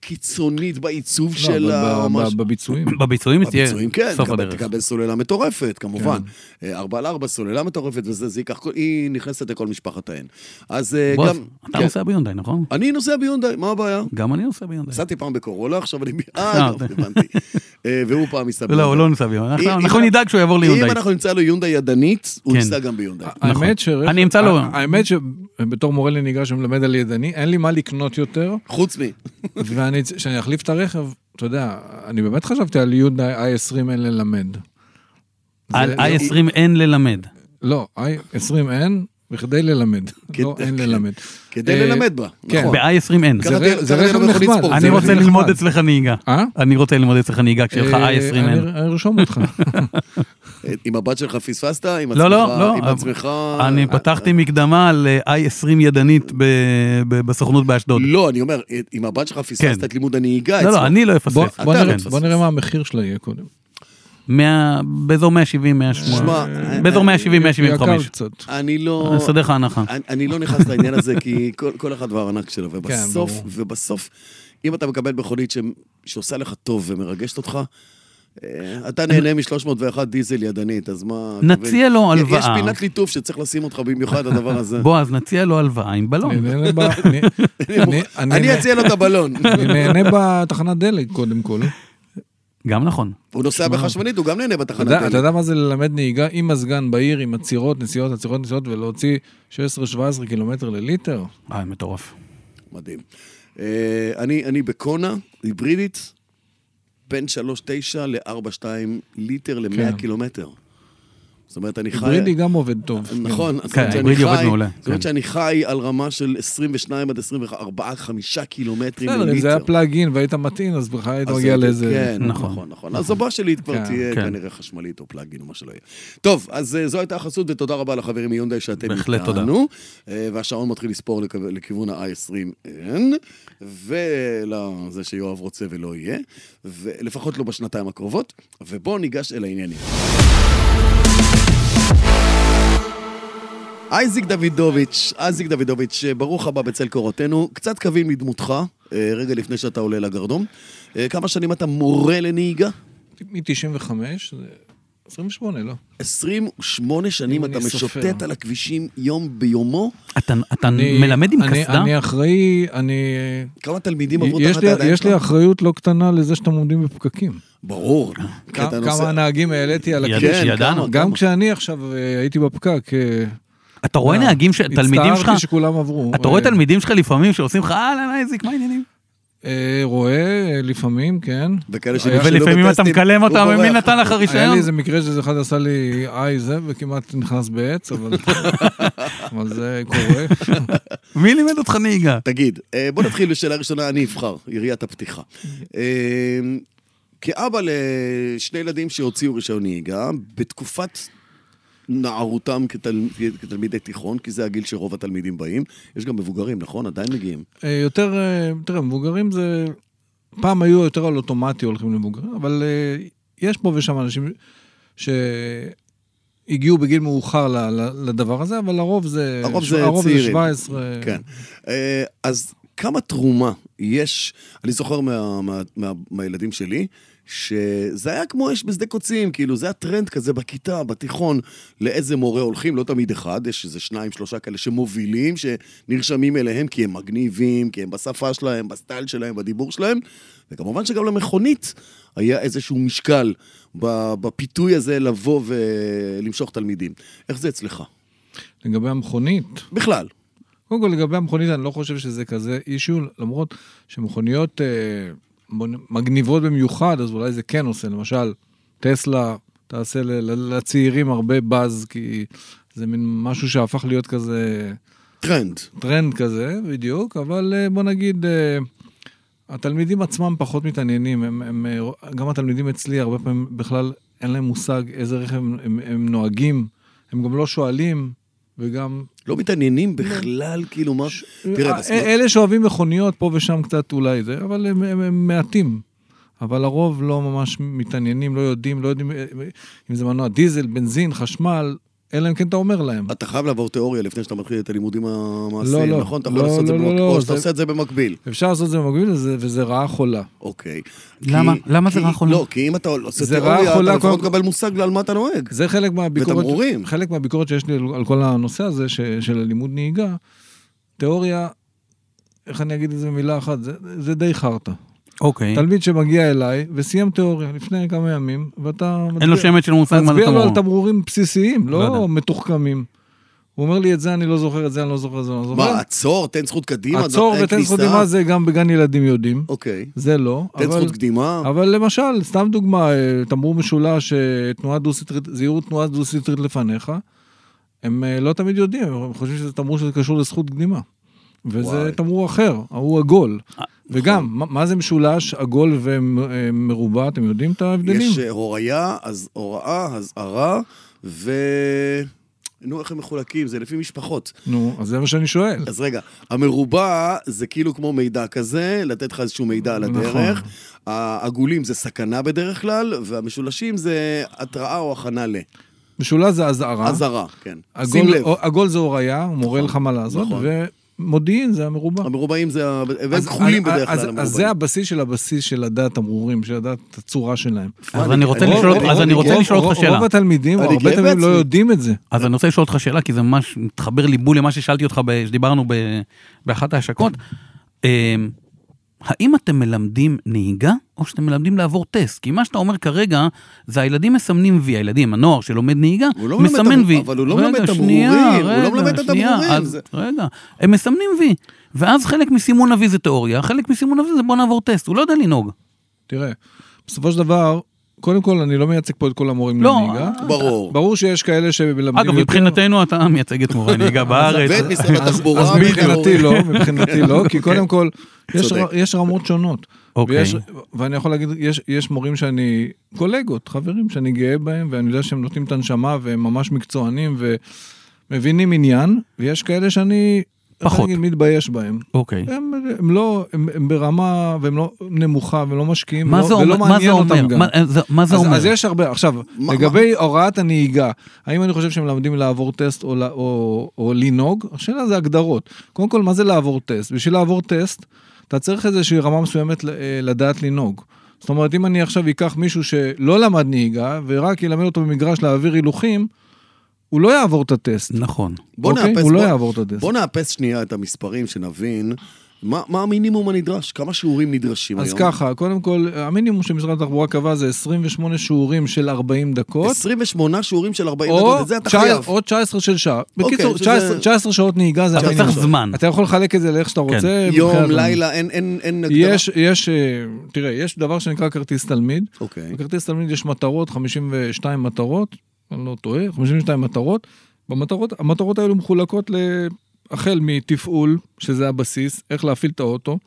A: קיצונית בעיצוב
C: לא,
A: שלה.
C: ב-
A: או
C: ב-
A: משהו.
C: בביצועים.
B: בביצועים היא תהיה
A: בביצועים כן,
B: סוף
A: תקבל-
B: הדרך. כן.
A: תקבל סוללה מטורפת, כמובן. אה, ארבע על ארבע סוללה מטורפת, וזה זה ייקח, כל- היא נכנסת לכל משפחת ההן. אז אה,
B: בועז,
A: גם...
B: אתה
A: כן.
B: נוסע ביונדאי, נכון?
A: אני נוסע ביונדאי, מה הבעיה?
B: גם אני נוסע ביונדאי.
A: נסעתי פעם בקורולה, עכשיו אני... אה, לא,
B: אה, זה-
A: הבנתי. אה, והוא פעם ניסה
B: לא, הוא לא נוסע ביונדאי.
A: אם-
B: אנחנו-
A: אם
B: אנחנו
A: אנחנו-
B: נדאג שהוא יעבור ליונדאי.
A: אם אנחנו נמצא לו יונדאי ידנית, הוא
B: כן.
A: ניסע גם ביונדאי.
B: נכון.
C: האמת שרכב-
B: אני אמצא לו-
C: האמת שבתור מורה לנהיגה שמלמד על ידני, אין לי מה לקנות
B: <laughs>
C: יותר,
A: חוץ מ...
C: וכשאני אחליף את הרכב, אתה יודע, אני באמת חשבתי על יהודה i20 אין ללמד.
B: על
C: זה-
B: i20 אין ללמד.
C: לא, i20 אין, בכדי ללמד.
A: כדי-
C: לא, אין ללמד.
A: <laughs> כדי
C: אה,
A: ללמד בה,
C: כן.
A: נכון.
B: ב-i20 אין.
A: ככה
C: זה ר-
A: תראה- ככה
C: זה
A: תראה
C: רכב
A: במכונית
C: נחמד.
A: ספורט,
B: אני
A: זה
C: רכב
B: רוצה
C: נחמד.
B: ללמוד אצלך נהיגה.
C: אה?
B: אני רוצה ללמוד אצלך נהיגה כשלך
C: אה,
B: i20
C: אני-
B: אין.
C: אני ארשום
B: <laughs>
C: אותך.
A: אה, עם הבת שלך פספסת? עם עצמך?
B: לא, לא, לא.
A: עם
B: אבל-
A: עצמך...
B: אני
C: אה,
B: פתחתי מקדמה על אה, i20 ידנית ב- ב- בסוכנות באשדוד.
A: לא, אני אומר, אה, עם הבת שלך פספסת
B: כן.
A: את לימוד הנהיגה
B: לא,
A: אצלך.
B: לא, אני לא
C: בוא-
B: אפספס.
C: בוא
A: אתה
C: נראה-
A: לא
C: בוא נראה מה המחיר שלה יהיה קודם.
B: מאה- באזור 170, 180.
A: שמע,
B: באזור
A: אה,
B: 170,
C: יקר
B: 175.
C: קצת.
A: אני לא...
B: אני אסדר לך
C: אה.
B: הנחה.
A: אני, אני לא נכנס לעניין הזה, כי כל, כל אחד והארנק שלו, ובסוף,
C: כן, ברור.
A: ובסוף, אם אתה מקבל מכונית ש, שעושה לך טוב ומרגשת אותך, אה, אתה נהנה מ-301 דיזל ידנית, אז מה... אתה
B: נציע
A: מבין?
B: לו
A: יש- יש
B: הלוואה.
A: פינת ליטוף שצריך לשים אותך במיוחד, הדבר הזה.
B: בועז, נציע לו הלוואה עם בלון.
C: אני נהנה ב- אני- אני-
A: <laughs> אני אציע לו את
C: <laughs>
A: הבלון.
C: אני נהנה בתחנת דלק קודם כל.
B: גם נכון.
A: הוא נוסע בחשמלית, הוא גם נהנה
C: אתה
A: בתחנת
C: יודע- אתה
A: דלק.
C: יודע מה זה ללמד נהיגה עם מזגן בעיר, עם עצירות, נסיעות, עצירות, נסיעות, ולהוציא 16-17 קילומטר לליטר?
B: אה, מטורף.
A: מדהים. אה, אני אני בקונה, היברידית, בין 3.9 ל-4.2 ליטר ל-100
C: כן.
A: קילומטר. זאת אומרת, אני חי...
C: היברידי גם עובד טוב.
A: נכון, אז זאת
B: כן,
A: אומרת שאני
B: ההיברידי עובד
A: חי-
B: מעולה,
A: זאת אומרת
B: כן.
A: שאני חי על רמה של 22 עד 24, 5 קילומטרים
C: בסדר, אם זה היה פלאג אין והיית מטעין, אז בכלל היית
A: אז
C: מגיע
A: הייתי-
C: לאיזה...
A: כן,
B: נכון.
A: נכון, נכון. אז הבא שלי כבר
C: כן,
A: תהיה
B: כן.
A: כנראה חשמלית או פלאגין או מה שלא יהיה. טוב, אז אה, זו הייתה החסות, ותודה רבה לחברים מיונדאי שאתם
B: בהחלט תודה.
A: אה, והשעון מתחיל לספור לכו- לכיוון ה-i20N, ולזה שיואב רוצה ולא יהיה, ולפחות לא בשנתיים הקרובות, ובואו ניגש אל העניינים. אייזיק דוידוביץ', אייזיק דוידוביץ', ברוך הבא בצל קורותינו. קצת קווים מדמותך, אה, רגע לפני שאתה עולה לגרדום. אה, כמה שנים אתה מורה לנהיגה?
C: מ-95, זה 28, לא.
A: 28 שנים
C: אם
A: אתה
C: אני סופר.
A: משוטט על הכבישים יום ביומו.
B: אתה אתה
C: אני-
B: מלמד עם
C: אני-
B: קסדה?
C: אני אחראי, אני...
A: כמה תלמידים עברו
C: יש
A: תחת
C: לי-
A: הידיים
C: יש לי אחריות לא קטנה לזה שאתם עומדים בפקקים.
A: ברור. כי כן, אתה
C: כמה-
A: נוסע- כן,
C: כמה נהגים העליתי על
B: יד-
C: הכביש.
B: ידענו.
C: גם כשאני עכשיו אה, הייתי בפקק, אה,
B: אתה רואה נהגים, ש- תלמידים שלך,
C: הצטערתי שכולם עברו.
B: אתה רואה
C: אה,
B: "אה, תלמידים שלך לפעמים שעושים לך אהלן אייזיק, לא, מה העניינים?
C: אה, רואה, אה, לפעמים, כן.
A: וכאלה
C: היה-
A: שנכשלו
B: ולפעמים אתה
A: בטסטים,
B: מקלם
A: הוא
B: אותם,
A: בורח.
B: ומי נתן לך
C: היה
B: רישיון?
C: לי איזה מקרה שזה אחד עשה לי איי זה, וכמעט נכנס
A: <laughs>
C: בעץ, אבל אבל זה קורה.
B: מי לימד אותך נהיגה?
A: תגיד, אה, בוא נתחיל בשאלה ראשונה, אני אבחר, יריית הפתיחה. אה, כאבא לשני ילדים שהוציאו רישיון נהיגה, בתקופת נערותם כתל... כתלמידי תיכון, כי זה הגיל שרוב התלמידים באים, יש גם מבוגרים, נכון? עדיין מגיעים.
C: אה, יותר, אה, תראה, מבוגרים זה... פעם היו יותר על אוטומטי הולכים למבוגרים, אבל אה, יש פה ושם אנשים שהגיעו בגיל מאוחר ל- ל- לדבר הזה, אבל לרוב זה...
A: הרוב זה
C: אה, הרוב זה
A: צעירים.
C: 17.
A: כן. אה, אז כמה תרומה יש, אני זוכר מה, מה, מה, מהילדים שלי, שזה היה כמו אש בשדה קוצים, כאילו, זה היה טרנד כזה בכיתה, בתיכון, לאיזה מורה הולכים, לא תמיד אחד, יש איזה שניים, שלושה כאלה שמובילים, שנרשמים אליהם כי הם מגניבים, כי הם בשפה שלהם, בסטייל שלהם, בדיבור שלהם, וכמובן שגם למכונית היה איזשהו משקל ב- בפיתוי הזה לבוא ולמשוך תלמידים. איך זה אצלך?
C: לגבי המכונית,
A: בכלל.
C: קודם כל לגבי המכונית, אני לא חושב שזה כזה אישיו, למרות שמכוניות אה, בוא- מגניבות במיוחד, אז אולי זה כן עושה, למשל, טסלה תעשה ל- ל- לצעירים הרבה באז, כי זה מין משהו שהפך להיות כזה
A: טרנד.
C: טרנד כזה, בדיוק, אבל אה, בוא נגיד, אה, התלמידים עצמם פחות מתעניינים, הם, הם, אה, גם התלמידים אצלי הרבה פעמים בכלל אין להם מושג איזה רכב הם, הם, הם נוהגים, הם גם לא שואלים, וגם
A: לא מתעניינים בכלל, כאילו, מה... תראה, לא-
C: אה, אלה שאוהבים מכוניות פה ושם קצת אולי זה, אבל הם, הם, הם מעטים. אבל הרוב לא ממש מתעניינים, לא יודעים, לא יודעים אה, אה, אם זה מנוע דיזל, בנזין, חשמל, אלא אם כן אתה אומר להם.
A: אתה חייב לעבור תיאוריה לפני שאתה מתחיל את הלימודים המעשיים,
C: לא,
A: נכון? אתה יכול
C: לא,
A: לעשות את זה
C: לא, לא,
A: במקביל,
C: לא,
A: או
C: זה-
A: שאתה עושה את זה במקביל.
C: אפשר לעשות את זה במקביל, וזה- וזה רעה חולה.
A: אוקיי.
B: למה?
A: כי-
B: למה זה
A: כי-
B: רעה חולה?
A: לא, כי אם אתה עושה
C: זה רעה
A: תיאוריה, אתה
C: חולה,
A: לפחות
C: קודם-
A: מקבל מושג על מה אתה נוהג.
C: זה חלק מהביקורת,
A: ותמרורים.
C: חלק מהביקורת שיש לי על- על כל הנושא הזה ש, של הלימוד נהיגה, תיאוריה, איך אני אגיד את זה במילה אחת, זה, זה די חרטא.
B: אוקיי.
C: תלמיד שמגיע אליי וסיים תיאוריה לפני כמה ימים, ואתה...
B: אין לו שמץ של מושג מה זה
C: מצביע לו על
B: תמרור.
C: תמרורים בסיסיים,
B: לא יודע.
C: לא מתוחכמים. הוא אומר לי, את זה אני לא זוכר, את זה אני לא זוכר, את זה אני לא זוכר.
A: מה, עצור, תן זכות קדימה,
C: עצור
A: תן
C: ותן זכות
A: כניסה.
C: דמעה, זה גם בגן ילדים יודעים.
A: אוקיי.
C: זה לא.
A: תן
C: אבל-
A: זכות קדימה.
C: אבל למשל, סתם דוגמה, אה, תמרור משולש, אה, תנועה דו-סטרית, זהירות תנועה דו-סטרית לפניך, הם אה, לא תמיד יודעים, הם חושבים שזה תמרור שזה קשור לזכות קדימה. וזה
A: וואי.
C: תמרור אחר, ההוא עגול.
B: אה, נכון.
C: וגם, מה- מה זה משולש, עגול ומרובע, אתם יודעים את ההבדלים?
A: יש אה, הוריה, אז הוראה, אזהרה, ו... נו, איך הם מחולקים? זה לפי משפחות.
C: נו, אז זה מה שאני שואל.
A: אז רגע, המרובע זה כאילו כמו מידע כזה, לתת לך איזשהו מידע על הדרך.
C: נכון.
A: העגולים זה סכנה בדרך כלל, והמשולשים זה התראה או הכנה ל.
C: משולש זה אזהרה.
A: אזהרה, כן. שים
C: אה? עגול-
A: לב,
C: או- עגול זה הוריה, הוא מורה
A: נכון,
C: לך מה לעשות,
A: נכון.
C: ומודיעין זה המרובע.
A: המרובעים זה... ה- והם
C: אז-
A: כחולים
C: אז-
A: בדרך כלל,
C: אז-
A: המרובעים.
C: אז זה הבסיס של הבסיס של הדעת תמרורים, של הדעת הצורה שלהם.
B: אז אני רוצה
A: אני-
B: לשאול אותך-
A: אני-
B: אז אני
A: אני-
B: רוצה
A: רוב-
B: לשאול אותך
C: רוב-
B: שאלה.
C: רוב התלמידים,
A: אני
C: הרבה
A: גאה
C: תלמידים לא
A: בעצמי.
C: יודעים את זה.
B: אז אני רוצה לשאול אותך שאלה, כי זה ממש מתחבר לי בול למה ששאלתי אותך ב- שדיברנו ב- באחת ההשקות. אמ, האם אתם מלמדים נהיגה, או שאתם מלמדים לעבור טסט? כי מה שאתה אומר כרגע, זה הילדים מסמנים וי, הילדים, הנוער שלומד נהיגה,
A: הוא לא מלמד
B: מסמן
A: תמ-
B: וי.
A: אבל הוא לא
B: רגע,
A: מלמד
B: שנייה,
A: תמרורים, הוא לא
B: רגע,
A: מלמד את
B: שנייה,
A: התמרורים,
B: אז-
A: זה-
B: רגע, הם מסמנים וי. ואז חלק מסימון הוי זה תיאוריה, חלק מסימון הוי זה בוא נעבור טסט, הוא לא יודע לנהוג.
C: תראה, בסופו של דבר, קודם כל, אני לא מייצג פה את כל המורים
B: לא,
C: לנהיגה.
A: ברור.
C: ברור שיש כאלה שמלמדים
B: אגב, מבחינתנו אתה מייצג את מורי
C: <laughs>
B: הנהיגה בארץ.
A: ואת משרד התחבורה.
C: אז
A: ואת
C: מבחינתי
A: המורים.
C: לא, מבחינתי לא, כי קודם כל, יש
A: צודק.
C: ר- יש רמות שונות.
B: אוקיי.
C: ויש- ואני יכול להגיד, יש- יש מורים שאני, קולגות, חברים שאני גאה בהם, ואני יודע שהם נותנים את הנשמה, והם ממש מקצוענים, ומבינים עניין, ויש כאלה שאני, איך
B: פחות.
C: אני אגיד, מתבייש בהם.
B: אוקיי.
C: הם, הם לא, הם, הם ברמה, והם לא הם נמוכה, והם לא משקיעים,
B: מה
C: ולא,
B: זה אומר?
C: ולא
B: מה זה
C: מעניין
B: אומר?
C: אותם גם.
B: מה- זה- מה זה
C: אז,
B: אומר?
C: אז יש הרבה, עכשיו,
A: מה-
C: לגבי הוראת הנהיגה, האם אני חושב שמלמדים לעבור טסט או, ל- או, או לנהוג? השאלה זה הגדרות. קודם כל, מה זה לעבור טסט? בשביל לעבור טסט, אתה צריך איזושהי רמה מסוימת ל- אה, לדעת לנהוג. זאת אומרת, אם אני עכשיו אקח מישהו שלא למד נהיגה, ורק ילמד אותו במגרש להעביר הילוכים, הוא לא יעבור את הטסט.
B: נכון.
A: בוא
C: אוקיי?
A: נאפס...
C: הוא לא
A: בוא-
C: יעבור את הטסט.
A: בוא נאפס שנייה את המספרים, שנבין מה מה המינימום הנדרש? כמה שיעורים נדרשים היום?
C: אז ככה, קודם כל, המינימום שמשרד התחבורה קבע זה 28 שיעורים של 40 דקות.
A: 28 שיעורים של 40
C: או,
A: דקות, את זה אתה
C: 19
A: חייב. אוקיי,
C: או 19 של שעה. בקיצור,
A: שזה-
C: 19, 19 שעות נהיגה זה
B: אתה
C: המינימום.
B: צריך זמן.
C: אתה יכול לחלק את זה לאיך שאתה רוצה.
A: כן. יום,
C: מבחינת-
A: לילה, אין- אין אין הגדרה.
C: אה, יש, יש, אה, תראה, יש דבר שנקרא כרטיס תלמיד.
A: אוקיי.
C: בכרטיס תלמיד יש מטרות, 52 מטרות, אני לא טועה, 52 מטרות. במטרות, המטרות האלו מחולקות ל... החל מתפעול, שזה הבסיס, איך להפעיל את האוטו,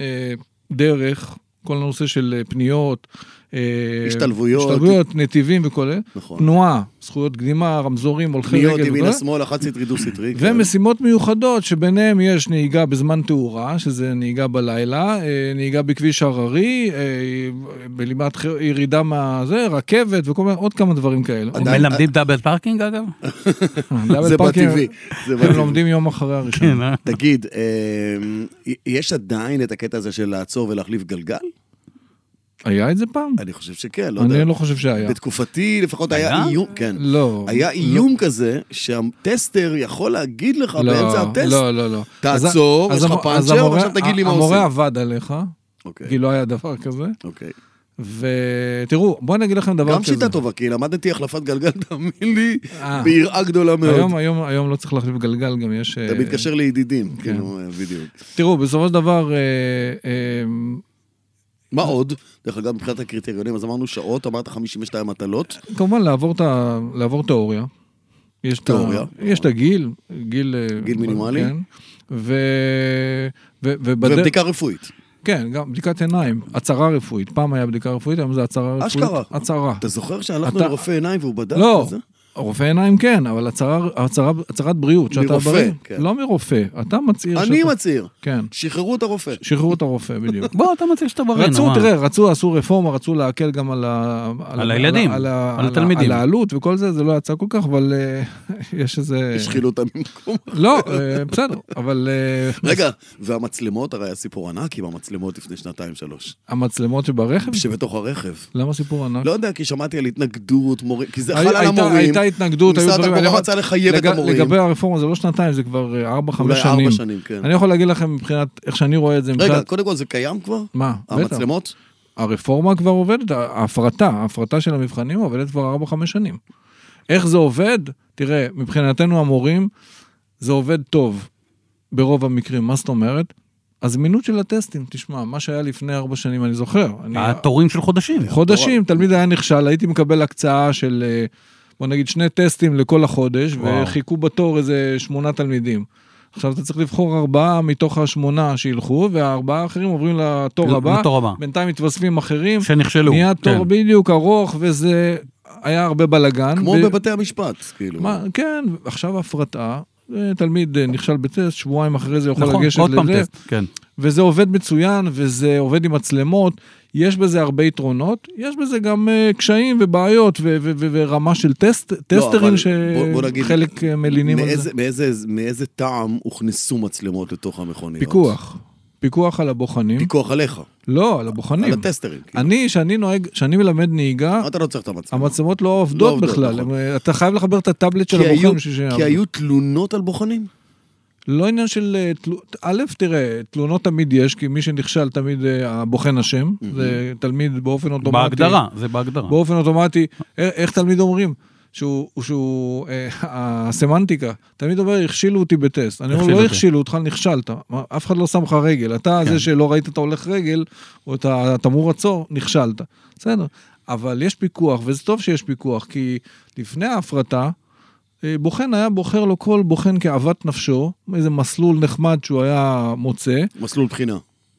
C: אה, דרך, כל הנושא של אה, פניות, אה,
A: השתלבויות.
C: השתלבויות, נתיבים וכל אלה,
A: נכון.
C: תנועה, זכויות קדימה, רמזורים, הולכי רגל,
A: פניות ימינה
C: וכל זה.
A: שמאלה, חד סטרי, דו כן. סטרי.
C: אה? ומשימות מיוחדות שביניהם יש נהיגה בזמן תאורה, שזה נהיגה בלילה, אה, נהיגה בכביש הררי, אה, בלימת ח- ירידה מהזה, רכבת וכל מיני, עוד כמה דברים
A: <laughs>
C: כאלה. אה,
A: עדיין-
B: מלמדים דאבל פארקינג אגב?
C: דאבל
A: זה
C: פארקינג,
A: בטבעי. זה
C: הם
A: בטבעי.
C: לומדים יום אחרי הראשון.
B: אה?
A: תגיד, אמ, יש עדיין את הקטע הזה של לעצור ולהחליף גלגל?
C: היה את זה פעם?
A: אני חושב שכן, לא יודע.
C: אני לא חושב שהיה.
A: בתקופתי לפחות היה
B: היה?
A: איום, כן.
C: לא.
A: היה איום כזה שהטסטר יכול להגיד לך
C: לא,
A: באמצע הטסט.
C: לא, לא, לא.
A: תעצור,
C: אז-
A: יש לך
C: אז המ-
A: פאנצ'ר,
C: אז המורה-
A: ועכשיו תגיד לי מה
C: המורה
A: עושים.
C: עבד עליך, כי
A: אוקיי,
C: לא היה דבר כזה.
A: אוקיי.
C: ותראו, בואו אני אגיד לכם דבר
A: גם
C: כזה.
A: שיטה טובה, כי למדתי החלפת גלגל, תאמין לי,
C: אה.
A: ביראה גדולה מאוד.
C: היום, היום, היום לא צריך להחליף גלגל, גם יש...
A: אתה
C: אה,
A: מתקשר לידידים,
C: כן.
A: כאילו, אה, בדיוק.
C: תראו, בסופו של דבר, אה, אה,
A: מה עוד? דרך אגב, מבחינת הקריטריונים, אז אמרנו שעות, אמרת 52 מטלות.
C: כמובן לעבור, את ה, לעבור תיאוריה. יש את ה-
A: תיאוריה.
C: יש את הגיל, גיל... אה,
A: גיל מינימלי.
C: כן. ו... ו... ובדרך...
A: ובדיקה רפואית.
C: כן, גם בדיקת עיניים, הצהרה רפואית. פעם היה בדיקה רפואית, היום זה הצהרה רפואית.
A: אשכרה.
C: הצהרה.
A: אתה זוכר שהלכנו
C: אתה-
A: לרופא עיניים והוא בדק
C: לא,
A: את זה?
C: רופא עיניים כן, אבל הצהרה, הצהרה, הצהרת בריאות, שאתה
A: מרופא,
C: בריא.
A: כן.
C: לא מרופא, אתה מצהיר
A: אני
C: שאתה...
A: מצהיר.
C: כן,
A: שחררו את הרופא.
C: שחררו את הרופא בדיוק.
B: <laughs> בוא, אתה מצהיר שאתה בריא,
C: רצו,
B: נו, מה?
C: תראה, רצו, עשו רפורמה, רצו להקל גם על ה...
B: על הילדים,
C: ה-
B: על התלמידים.
C: על העלות וכל זה, זה לא יצא כל כך, אבל אה, <laughs> יש איזה...
A: השחילו אותם ממקום.
C: <laughs> לא, אה, בסדר, אבל אה,
A: רגע, והמצלמות, הרי היה סיפור ענק עם המצלמות לפני שנתיים-שלוש.
C: המצלמות שברכב?
A: שבתוך הרכב.
C: למה סיפור ענק?
A: לא יודע, כי שמעתי על התנגדות, מורים, כי זה
C: הי-
A: חל על
C: הייתה-
A: המורים.
C: הייתה התנגדות, היו
A: משרד
C: דברים. אני
A: התחבורה
C: יכול-
A: רצה לחייב את
C: לג-
A: המורים.
C: לגבי הרפורמה זה לא שנתיים, זה כבר אה, ארבע, חמש
A: אולי ארבע
C: שנים.
A: שנים, כן.
C: אני יכול להגיד לכם מבחינת איך שאני רואה את זה,
A: רגע,
C: מבחינת...
A: קודם כל זה קיים כבר?
C: מה? בטח.
A: המצלמות?
C: הרפורמה כבר עובדת, ההפרטה, ההפרטה של המבחנים עובדת כבר 4-5 שנים. איך זה עובד? תראה, מבחינתנו המורים, זה עובד טוב ברוב המקרים. מה זאת אומרת? הזמינות של הטסטים, תשמע, מה שהיה לפני 4 שנים, אני זוכר. אני...
B: אה, התורים של חודשים.
C: חודשים, תלמיד היה נכשל, הייתי מקבל הקצאה של, אה, בוא נגיד, שני טסטים לכל החודש,
B: וואו.
C: וחיכו בתור איזה שמונה תלמידים. עכשיו אתה צריך לבחור ארבעה מתוך השמונה שילכו, והארבעה האחרים עוברים לתור הבא.
B: לתור הבא.
C: בינתיים מתווספים אחרים,
B: שנכשלו.
C: נהיה תור
B: כן.
C: בדיוק ארוך, וזה היה הרבה בלאגן.
A: כמו
C: ו-
A: בבתי המשפט, כאילו.
C: מה, כן, עכשיו הפרטה, אה, תלמיד אה, נכשל בטסט, שבועיים אחרי זה יכול
B: נכון,
C: לגשת
B: עוד פעם
C: לזה,
B: טסט, כן.
C: וזה עובד מצוין, וזה עובד עם מצלמות, יש בזה הרבה יתרונות, יש בזה גם אה, קשיים ובעיות ו- ו- ו- ורמה של טסט,
A: לא, אבל
C: טסטרים
A: בוא- בוא נגיד,
C: שחלק אה, מלינים על
A: מאיזה-
C: זה.
A: מאיזה- מאיזה טעם הוכנסו מצלמות לתוך המכוניות?
C: פיקוח, פיקוח על הבוחנים,
A: פיקוח עליך,
C: לא, על הבוחנים.
A: על הטסטרים. כאילו.
C: אני, שאני נוהג, שאני מלמד נהיגה,
A: אתה לא צריך את המצלמות.
C: המצלמות לא
A: לא
C: עובדות
A: עובדות,
C: בכלל,
A: נכון.
C: הם- אה, אתה חייב לחבר את הטאבלט של
A: כי היו-
C: הבוחן בשביל
A: כי
C: שיעבוד.
A: היו תלונות על בוחנים?
C: לא עניין של אה, תלו... א', תראה, תלונות תמיד יש, כי מי שנכשל תמיד אה, הבוחן אשם, זה תלמיד באופן אוטומטי.
B: בהגדרה, זה בהגדרה.
C: באופן אוטומטי, אה, איך תלמיד אומרים? שהוא, שהוא, אה, הסמנטיקה, תמיד אומר, הכשילו אותי בטסט. אני אומר,
B: הכשילו
C: לא
B: אותי." כן.
C: הכשילו אותך, נכשלת. מה, אף אחד לא שם לך רגל. אתה זה שלא ראית את ההולך רגל, או את התמרור עצור, נכשלת. בסדר. אבל יש פיקוח, וזה טוב שיש פיקוח, כי לפני ההפרטה, אה, בוחן היה בוחר לו כל בוחן כאוות נפשו, איזה מסלול נחמד שהוא היה מוצא,
A: מסלול בחינה.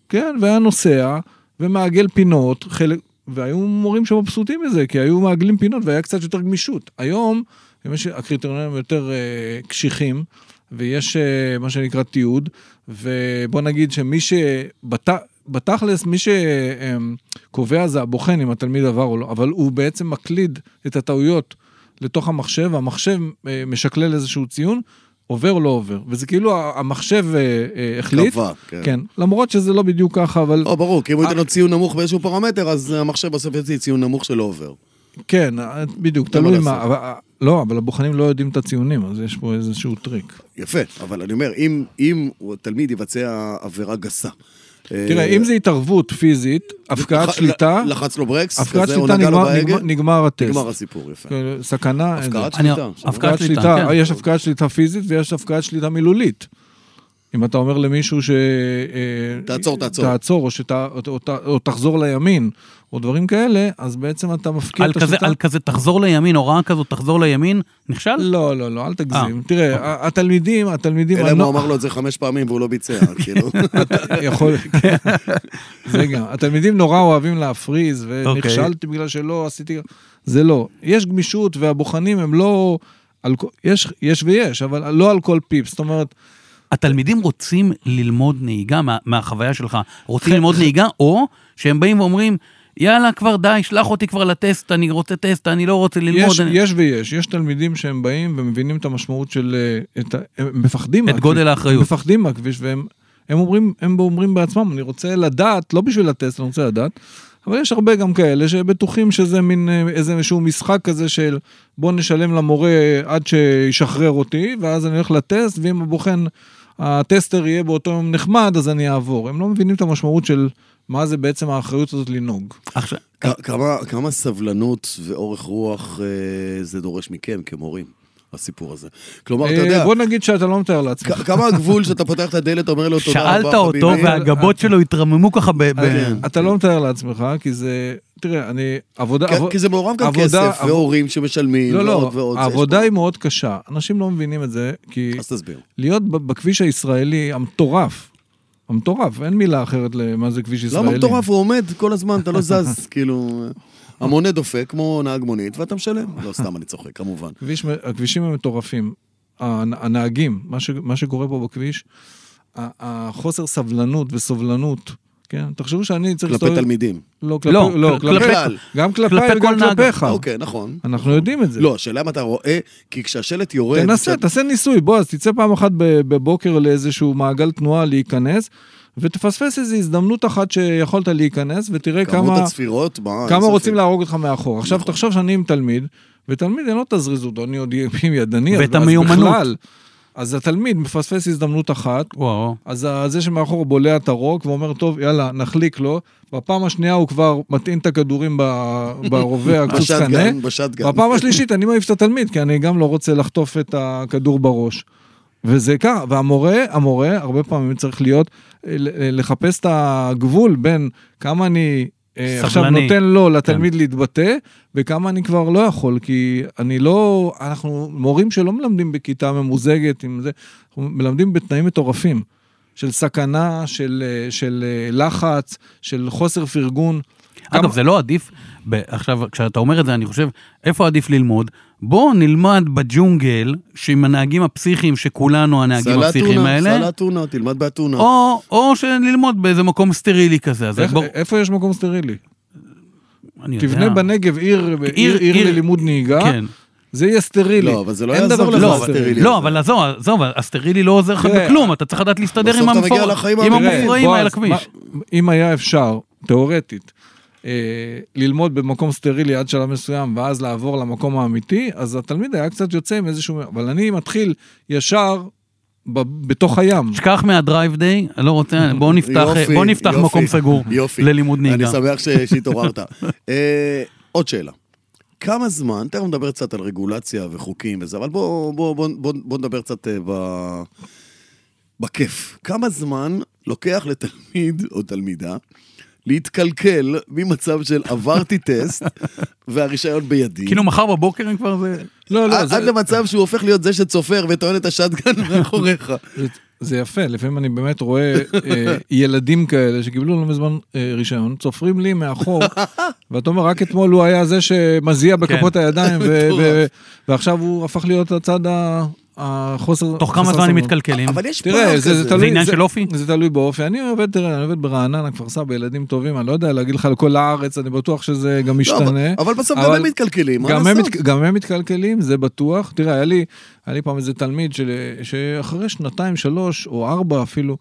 C: כן, והיה נוסע ומעגל פינות, חלק, והיו מורים שמבסוטים מזה, כי היו מעגלים פינות והיה קצת יותר גמישות. היום, באמת שהקריטריונים הם יותר אה, קשיחים, ויש אה, מה שנקרא תיעוד, ובוא נגיד שמי שבת... בתכלס, מי שקובע זה הבוחן אם התלמיד עבר או לא, אבל הוא בעצם מקליד את הטעויות לתוך המחשב, והמחשב אה, משקלל איזשהו ציון, עובר או לא עובר. וזה כאילו ה- המחשב אה, אה, החליט,
A: קבע, כן.
C: כן, למרות שזה לא בדיוק ככה, אבל
A: לא, ברור, כי אם הוא ייתן
C: אה.
A: לו ציון נמוך באיזשהו פרמטר, אז המחשב בסוף יוציא ציון נמוך שלא עובר.
C: כן, אה, בדיוק,
A: אין מה
C: תלוי
A: לעשות.
C: מה. אבל, אה, לא, אבל הבוחנים לא יודעים את הציונים, אז יש פה איזשהו טריק.
A: יפה, אבל אני אומר, אם, אם הוא- תלמיד יבצע עבירה גסה...
C: תראה,
A: אה,
C: אם זה התערבות פיזית, הפקעת
A: לח-
C: שליטה,
A: לחץ לו ברקס,
C: הפקעת
A: כזה, הוא
C: שליטה
A: נגע לו
C: נגמר-
A: בהגה,
C: נגמר- נגמר הטסט.
A: נגמר הסיפור, יפה.
C: כאילו, סכנה, אין זה.
A: הפקעת
B: אני-
A: שליטה.
B: הפקעת
A: שברור.
C: הפקעת
B: שליטה,
C: שליטה,
B: כן.
C: אה, יש הפקעת שליטה פיזית ויש הפקעת שליטה מילולית. אם אתה אומר למישהו ש... אה,
A: תעצור, תעצור.
C: תעצור, או, שת... או, או, או תחזור לימין, או דברים כאלה, אז בעצם כן, אתה מפקיע
B: על
C: את
B: כזה,
C: השליטה.
B: על כזה, תחזור לימין, הוראה כזו, תחזור לימין, נכשל?
C: לא, לא, לא, אל תגזים.
B: אה,
C: תראה, ה- התלמידים, התלמידים...
A: אלא אם
C: הנוע-
A: אוקיי. הוא אמר לו את זה חמש פעמים והוא לא ביצע, כאילו.
C: <laughs> יכול, כן. זה גם. התלמידים נורא אוהבים להפריז, ונכשלתי בגלל שלא עשיתי... זה לא. יש גמישות, והבוחנים הם לא... על... כל- יש, יש ויש, אבל לא על כל פיפס. זאת אומרת,
B: התלמידים רוצים ללמוד נהיגה מה, מהחוויה שלך,
A: כן.
B: רוצים ללמוד נהיגה, או שהם באים ואומרים, יאללה, כבר די, שלח אותי כבר לטסט, אני רוצה טסט, אני לא רוצה ללמוד.
C: יש,
B: אני...
C: יש ויש. יש תלמידים שהם באים ומבינים את המשמעות של... אה, את, ה- הם מפחדים
B: את גודל האחריות.
C: הם מפחדים מהכביש, והם הם אומרים, הם אומרים בעצמם, אני רוצה לדעת, לא בשביל הטסט, אני רוצה לדעת. אבל יש הרבה גם כאלה שבטוחים שזה מין אה, איזה שהוא משחק כזה של בוא נשלם למורה עד שישחרר אותי, ואז אני הולך לטסט, ואם הבוחן, הטסטר יהיה באותו יום נחמד, אז אני אעבור. הם לא מבינים את המשמעות של מה זה בעצם האחריות הזאת לנהוג.
B: עכשיו,
A: כ- כמה- כמה סבלנות ואורך רוח אה, זה דורש מכם כמורים, הסיפור הזה. כלומר, אתה
C: אה,
A: יודע,
C: בוא נגיד שאתה לא מתאר לעצמך.
A: כ- כמה הגבול שאתה פותח את הדלת, אומר לו תודה רבה,
B: שאלת אותו
A: חביבי. אה, כן.
B: והגבות שלו התרוממו ככה ב... ב...
C: אתה לא מתאר לעצמך, כי זה, תראה, אני, עבודה,
A: כי-
C: עבוד-
A: כן, כי זה מעורב גם
C: עבודה-
A: כסף,
C: עב-
A: והורים שמשלמים,
C: לא,
A: ועוד
C: לא,
A: ועוד. זה, יש
C: העבודה
A: פה-
C: היא מאוד קשה. אנשים לא מבינים את זה, כי
A: אז תסביר.
C: להיות ב- בכביש הישראלי המטורף, המטורף, אין מילה אחרת למה זה כביש ישראלי.
A: למה מטורף? הוא עומד כל הזמן, אתה לא זז, <laughs> כאילו... המונה דופק כמו נהג מונית, ואתה משלם. לא, סתם אני צוחק,
C: <laughs>
A: כמובן.
C: כביש, הכבישים הם מטורפים. הנ- הנהגים, מה, ש, מה שקורה פה בכביש, ה- החוסר סבלנות וסובלנות, כן? תחשבו שאני צריך...
A: כלפי
C: להסתובב-
A: תלמידים.
C: לא, כלפי...
B: לא,
C: לא,
B: כל-
C: כלפי...
A: כלל.
C: גם כלפיי
B: כלפי
C: וגם
B: כל נהג.
C: כלפיך.
A: אוקיי, נכון.
C: אנחנו יודעים את זה.
A: לא, השאלה אם אתה רואה, כי כשהשלט יורד...
C: תנסה,
A: כשאת-
C: תעשה ניסוי, בוא, אז תצא פעם אחת ב- בבוקר לאיזשהו מעגל תנועה להיכנס, ותפספס איזו הזדמנות אחת שיכולת להיכנס, ותראה
A: כמות
C: כמה,
A: הצפירות, מה... אין
C: כמה
A: ספק. נכון.
C: רוצים להרוג אותך מאחור. עכשיו, תחשוב שאני עם תלמיד, ותלמיד אין לו את הזריזות, אני עוד אהיה עם ידני, אז-
B: ואת
C: אז
B: המיומנות.
C: בכלל. אז התלמיד מפספס הזדמנות אחת,
B: וואו.
C: אז ה- זה שמאחור בולע את הרוק ואומר, טוב, יאללה, נחליק לו. בפעם השנייה הוא כבר מטעין את הכדורים
A: <laughs>
C: ב- ברובה, הקצוץ קנה.
A: בשטגן, בשטגן.
C: בפעם השלישית אני מעיף את התלמיד, כי אני גם לא רוצה לחטוף את הכדור בראש. וזה ככה, והמורה, המורה, הרבה פעמים צריך להיות, אה, ל- אה, לחפש את הגבול בין כמה אני אה, עכשיו
B: סבלני.
C: נותן לו לתלמיד להתבטא, וכמה אני כבר לא יכול, כי אני לא, אנחנו מורים שלא מלמדים בכיתה ממוזגת עם זה, אנחנו מלמדים בתנאים מטורפים, של סכנה, של, אה, של אה, לחץ, של חוסר פרגון. כמה-
B: אגב, זה לא עדיף, ב- עכשיו, כשאתה אומר את זה, אני חושב, איפה עדיף ללמוד? בואו נלמד בג'ונגל, שעם הנהגים הפסיכיים, שכולנו הנהגים
A: סלט
B: הפסיכיים
A: טונה,
B: האלה,
A: סלט טונה, תלמד באתונה.
B: או, או שללמוד באיזה מקום סטרילי כזה. אז
C: איך,
B: בוא,
C: איפה יש מקום סטרילי?
B: אני יודע.
C: תבנה בנגב עיר, עיר, עיר,
B: עיר-
C: ללימוד נהיגה,
B: כן.
C: זה יהיה סטרילי.
A: לא, אבל זה לא
C: אין
A: יעזור
C: דבר
A: לך,
C: כזה
B: לא,
A: זה
B: אבל-
A: סטרילי.
B: לא, אבל עזוב, עזוב, הסטרילי לא עוזר לך
C: תראה,
B: בכלום, אתה צריך לדעת להסתדר
A: בסוף
B: עם
A: אתה מגיע
B: המפור-
A: לחיים
B: עם
A: האמיתיים.
B: המופרעים
C: בועז,
B: האל הכביש.
C: מה- אם היה אפשר, תיאורטית, אה, ללמוד במקום סטרילי עד שלב מסוים, ואז לעבור למקום האמיתי, אז התלמיד היה קצת יוצא עם איזשהו... אבל אני מתחיל ישר ב- בתוך הים.
B: שכח מהדרייב דיי, אני לא
A: <laughs>
B: רוצה, בואו נפתח,
A: יופי,
B: בוא נפתח
A: יופי,
B: מקום סגור
A: <laughs> יופי.
B: ללימוד
A: אני
B: נהיגה.
A: שמח ש-
B: <laughs>
A: שהתעוררת. אה, עוד שאלה. כמה זמן, תכף נדבר קצת על רגולציה וחוקים וזה, אבל בואו בוא, בוא, בוא, בוא נדבר קצת אה, ב... בכיף. כמה זמן לוקח לתלמיד או תלמידה להתקלקל ממצב של עברתי
B: <laughs>
A: טסט והרישיון בידי?
B: כאילו מחר בבוקר הם כבר
A: <laughs>
B: זה...
C: לא, לא,
A: עד
C: זה,
A: עד למצב שהוא הופך להיות זה שצופר וטוען את השטגן
B: <laughs>
A: מאחוריך.
C: זה, זה יפה, לפעמים אני באמת רואה
A: <laughs>
C: אה, ילדים כאלה שקיבלו לא מזמן אה, רישיון, צופרים לי
A: <laughs>
C: מאחור, ואתה אומר, רק אתמול הוא היה זה שמזיע בכפות
A: כן.
C: הידיים, ו- ו- ועכשיו הוא הפך להיות הצד ה- החוסר...
B: תוך כמה
C: חסר
B: זמן הם
C: סבלנות.
B: מתקלקלים?
A: אבל יש פער
C: תראה,
A: כזה.
C: זה, זה תלוי...
B: עניין של אופי?
C: זה תלוי באופי. אני עובד, תראה, אני עובד ברעננה, כפר סבא, ילדים טובים, אני לא יודע להגיד לך על כל הארץ, אני בטוח שזה גם
A: לא, אבל-
C: משתנה.
A: אבל בסוף גם
C: אבל-
A: הם מתקלקלים, מה
C: גם הם,
A: לעשות?
C: מת, גם הם מתקלקלים, זה בטוח. תראה, היה לי, היה לי פעם איזה תלמיד של, שאחרי שנתיים, שלוש או ארבע אפילו,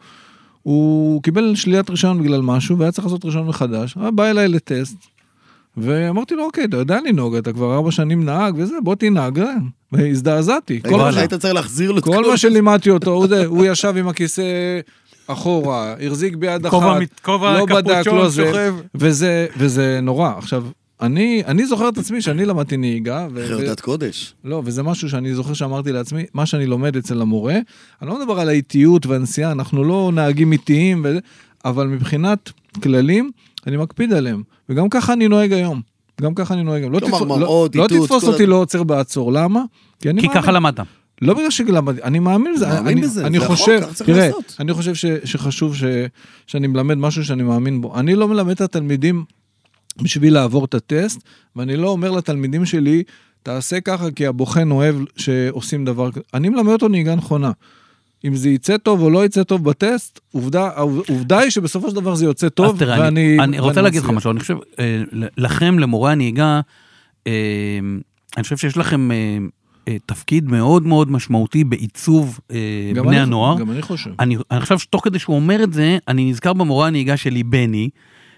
C: הוא קיבל שלילת רישיון בגלל משהו, והיה צריך לעשות רישיון מחדש. הוא בא אליי לטסט, ואמרתי לו, אוקיי, אתה יודע לנהוג, אתה כבר ארבע שנים נהג וזה, בוא תנהג. והזדעזעתי. כל
A: כל
C: מה
A: מה
C: ש-
A: שהיית צריך להחזיר לו את
C: כל
A: כל-
C: מה שלימדתי אותו, הוא זה, הוא ישב עם הכיסא אחורה, החזיק ביד אחת,
B: כובע מת- כובע
C: לא בדק,
B: קפוצ'ון
C: לא זה,
B: שוכב.
C: וזה, וזה נורא. עכשיו, אני, אני זוכר את עצמי שאני למדתי נהיגה, ו- ו-
A: חרדת קודש.
C: לא, וזה משהו שאני זוכר שאמרתי לעצמי, מה שאני לומד אצל המורה, אני לא מדבר על האיטיות והנסיעה, אנחנו לא נהגים איטיים, וזה, אבל מבחינת כללים, אני מקפיד עליהם, וגם ככה אני נוהג היום. גם ככה אני נוהג היום. לא,
A: כלומר,
C: תתפוס-
A: מראות,
C: לא, לא
A: איתות,
C: תתפוס
A: כל
C: אותי
A: ה-
C: לא עוצר בעצור, למה? כי אני
B: כי
C: מאמין.
B: ככה למדת.
C: לא בגלל שלמדתי, אני מאמין בזה.
A: מאמין
C: אני,
A: בזה,
C: אני
A: זה החוק,
C: חושב,
A: כך צריך
C: תראה,
A: לעשות.
C: אני חושב ש, שחשוב ש, שאני מלמד משהו שאני מאמין בו. אני לא מלמד את התלמידים בשביל לעבור את הטסט, ואני לא אומר לתלמידים שלי, תעשה ככה כי הבוחן אוהב שעושים דבר כזה. אני מלמד אותו נהיגה נכונה. אם זה יצא טוב או לא יצא טוב בטסט, עובדה, העובדה היא שבסופו של דבר זה יוצא טוב,
B: אז תראה,
C: ואני...
B: אני, אני
C: ואני
B: רוצה להגיד לך
C: מצליח.
B: משהו, אני חושב, אה, ל- לכם, למורי הנהיגה, אה, אני חושב שיש לכם אה, אה, תפקיד מאוד מאוד משמעותי בעיצוב אה,
C: גם
B: בני
C: אני-
B: הנוער.
C: גם אני חושב.
B: אני, אני חושב שתוך כדי שהוא אומר את זה, אני נזכר במורה הנהיגה שלי, בני,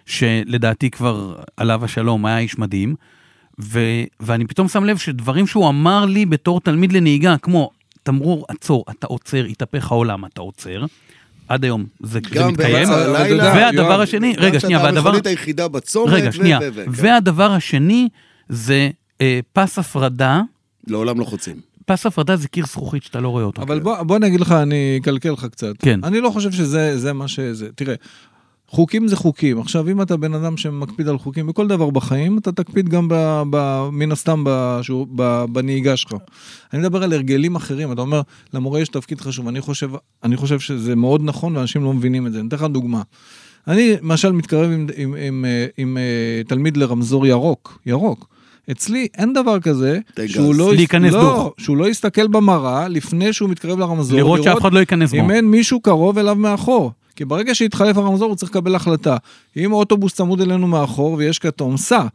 B: שלדעתי כבר עליו השלום, היה איש מדהים, ו, ואני פתאום שם לב שדברים שהוא אמר לי בתור תלמיד לנהיגה, כמו תמרור עצור, אתה עוצר, התהפך העולם, אתה עוצר. עד היום זה, זה
A: גם
B: מתקיים.
A: באמצע
C: אבל אתה
A: הלילה.
C: יודע,
B: והדבר
C: יואב,
B: השני, רגע, שנייה,
A: שאתה
B: והדבר...
A: המכונית היחידה בצומת.
B: רגע,
A: ו-
B: שנייה.
A: ו- ו- כן.
B: והדבר השני זה אה, פס הפרדה.
A: לעולם לא חוצים.
B: פס הפרדה זה קיר זכוכית שאתה לא רואה אותו.
C: אבל בוא, בוא אני אגיד לך, אני אקלקל לך קצת.
B: כן.
C: אני לא חושב שזה זה מה שזה. תראה, חוקים זה חוקים. עכשיו, אם אתה בן אדם שמקפיד על חוקים בכל דבר בחיים, אתה תקפיד גם ב, ב, מן הסתם בשיעור- ב, בנהיגה שלך. אני מדבר על הרגלים אחרים, אתה אומר, למורה יש תפקיד חשוב. אני חושב, אני חושב שזה מאוד נכון ואנשים לא מבינים את זה. אני אתן לך דוגמה. אני למשל מתקרב עם, עם, עם, עם, אה, עם אה, תלמיד לרמזור ירוק, ירוק. אצלי אין דבר כזה
A: תגז.
C: שהוא לא,
B: להיכנס דוך.
C: לא, שהוא לא יסתכל במראה לפני שהוא מתקרב לרמזור.
B: לראות שאף אחד לא ייכנס בו.
C: אם אין מישהו קרוב אליו מאחור. כי ברגע שהתחלף הרמזור הוא צריך לקבל החלטה. אם אוטובוס צמוד אלינו מאחור ויש כתום, סע.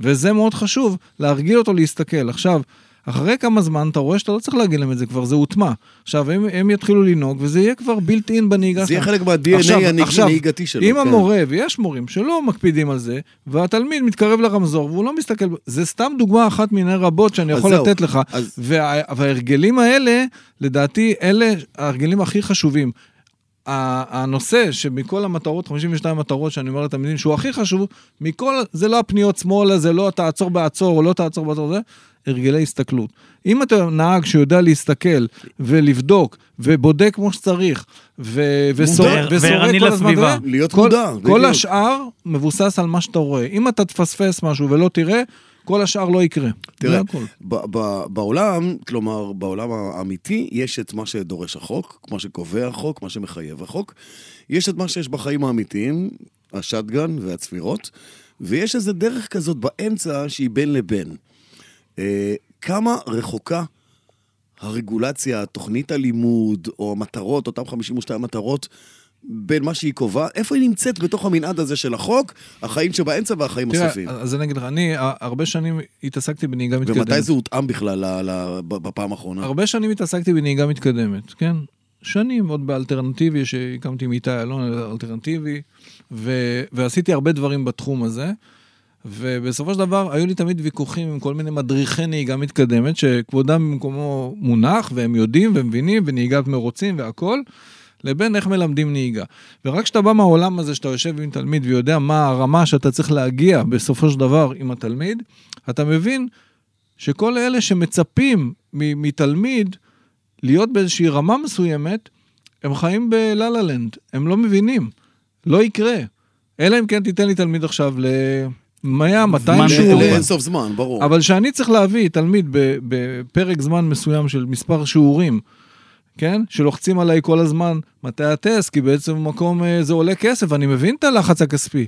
C: וזה מאוד חשוב, להרגיל אותו להסתכל. עכשיו, אחרי כמה זמן אתה רואה שאתה לא צריך להגיד להם את זה כבר, זה הוטמע. עכשיו, הם, הם יתחילו לנהוג וזה יהיה כבר בילט אין בנהיגה
A: זה יהיה
C: שלהם.
A: חלק
C: עכשיו-
A: מה-DNA הנהיג-
C: עכשיו,
A: הנהיגתי שלו.
C: אם
A: כן.
C: המורה, ויש מורים שלא מקפידים על זה, והתלמיד מתקרב לרמזור והוא לא מסתכל, ב- זה סתם דוגמה אחת מיני רבות שאני
A: אז
C: יכול
A: זהו.
C: לתת לך.
A: אז-
C: וה, וההרגלים האלה, לדעתי, אלה ההרגלים הכי חשובים. ה- הנושא שמכל המטרות, 52 מטרות שאני אומר לתלמידים, שהוא הכי חשוב, מכל, זה לא הפניות שמאלה, זה לא תעצור בעצור או לא תעצור בעצור, זה הרגלי הסתכלות. אם אתה נהג שיודע להסתכל ולבדוק ובודק כמו שצריך, ו- וסורק
A: מודע.
C: וסורק
B: וערני
C: כל הזמן,
B: לסביבה.
C: אתה יודע,
A: להיות
C: כל-
A: מודע,
C: כל
A: בדיוק.
C: השאר מבוסס על מה שאתה רואה. אם אתה תפספס משהו ולא תראה, כל השאר לא יקרה.
A: תראה,
C: זה הכל.
A: ב- ב- בעולם, כלומר, בעולם האמיתי, יש את מה שדורש החוק, מה שקובע החוק, מה שמחייב החוק. יש את מה שיש בחיים האמיתיים, השטגן והצפירות, ויש איזה דרך כזאת באמצע שהיא בין לבין. אה, כמה רחוקה הרגולציה, תוכנית הלימוד, או המטרות, אותן 52 מטרות, בין מה שהיא קובעת, איפה היא נמצאת בתוך המנעד הזה של החוק, החיים שבאמצע והחיים הסופיים?
C: תראה, אז אני אגיד לך, אני אה, הרבה שנים התעסקתי בנהיגה מתקדמת.
A: ומתי זה הותאם בכלל ל- ל- ב- בפעם האחרונה?
C: הרבה שנים התעסקתי בנהיגה מתקדמת, כן? שנים, עוד באלטרנטיבי, שהקמתי עם איתי אלון אלטרנטיבי, ו- ועשיתי הרבה דברים בתחום הזה. ובסופו של דבר, היו לי תמיד ויכוחים עם כל מיני מדריכי נהיגה מתקדמת, שכבודם במקומו מונח, והם יודעים ומבינים, ונהיגת מרוצים והכול, לבין איך מלמדים נהיגה. ורק כשאתה בא מהעולם הזה, שאתה יושב עם תלמיד ויודע מה הרמה שאתה צריך להגיע בסופו של דבר עם התלמיד, אתה מבין שכל אלה שמצפים מ- מתלמיד להיות באיזושהי רמה מסוימת, הם חיים בלה-לה לנד, הם לא מבינים, לא יקרה. אלא אם כן תיתן לי תלמיד עכשיו ל-100, 200
B: זמן
C: שיעורים.
B: לאין
A: לאינסוף זמן, ברור.
C: אבל שאני צריך להביא תלמיד ב- בפרק זמן מסוים של מספר שיעורים, כן? שלוחצים עליי כל הזמן, מתי הטסט? כי בעצם מקום אה, זה עולה כסף, אני מבין את הלחץ הכספי,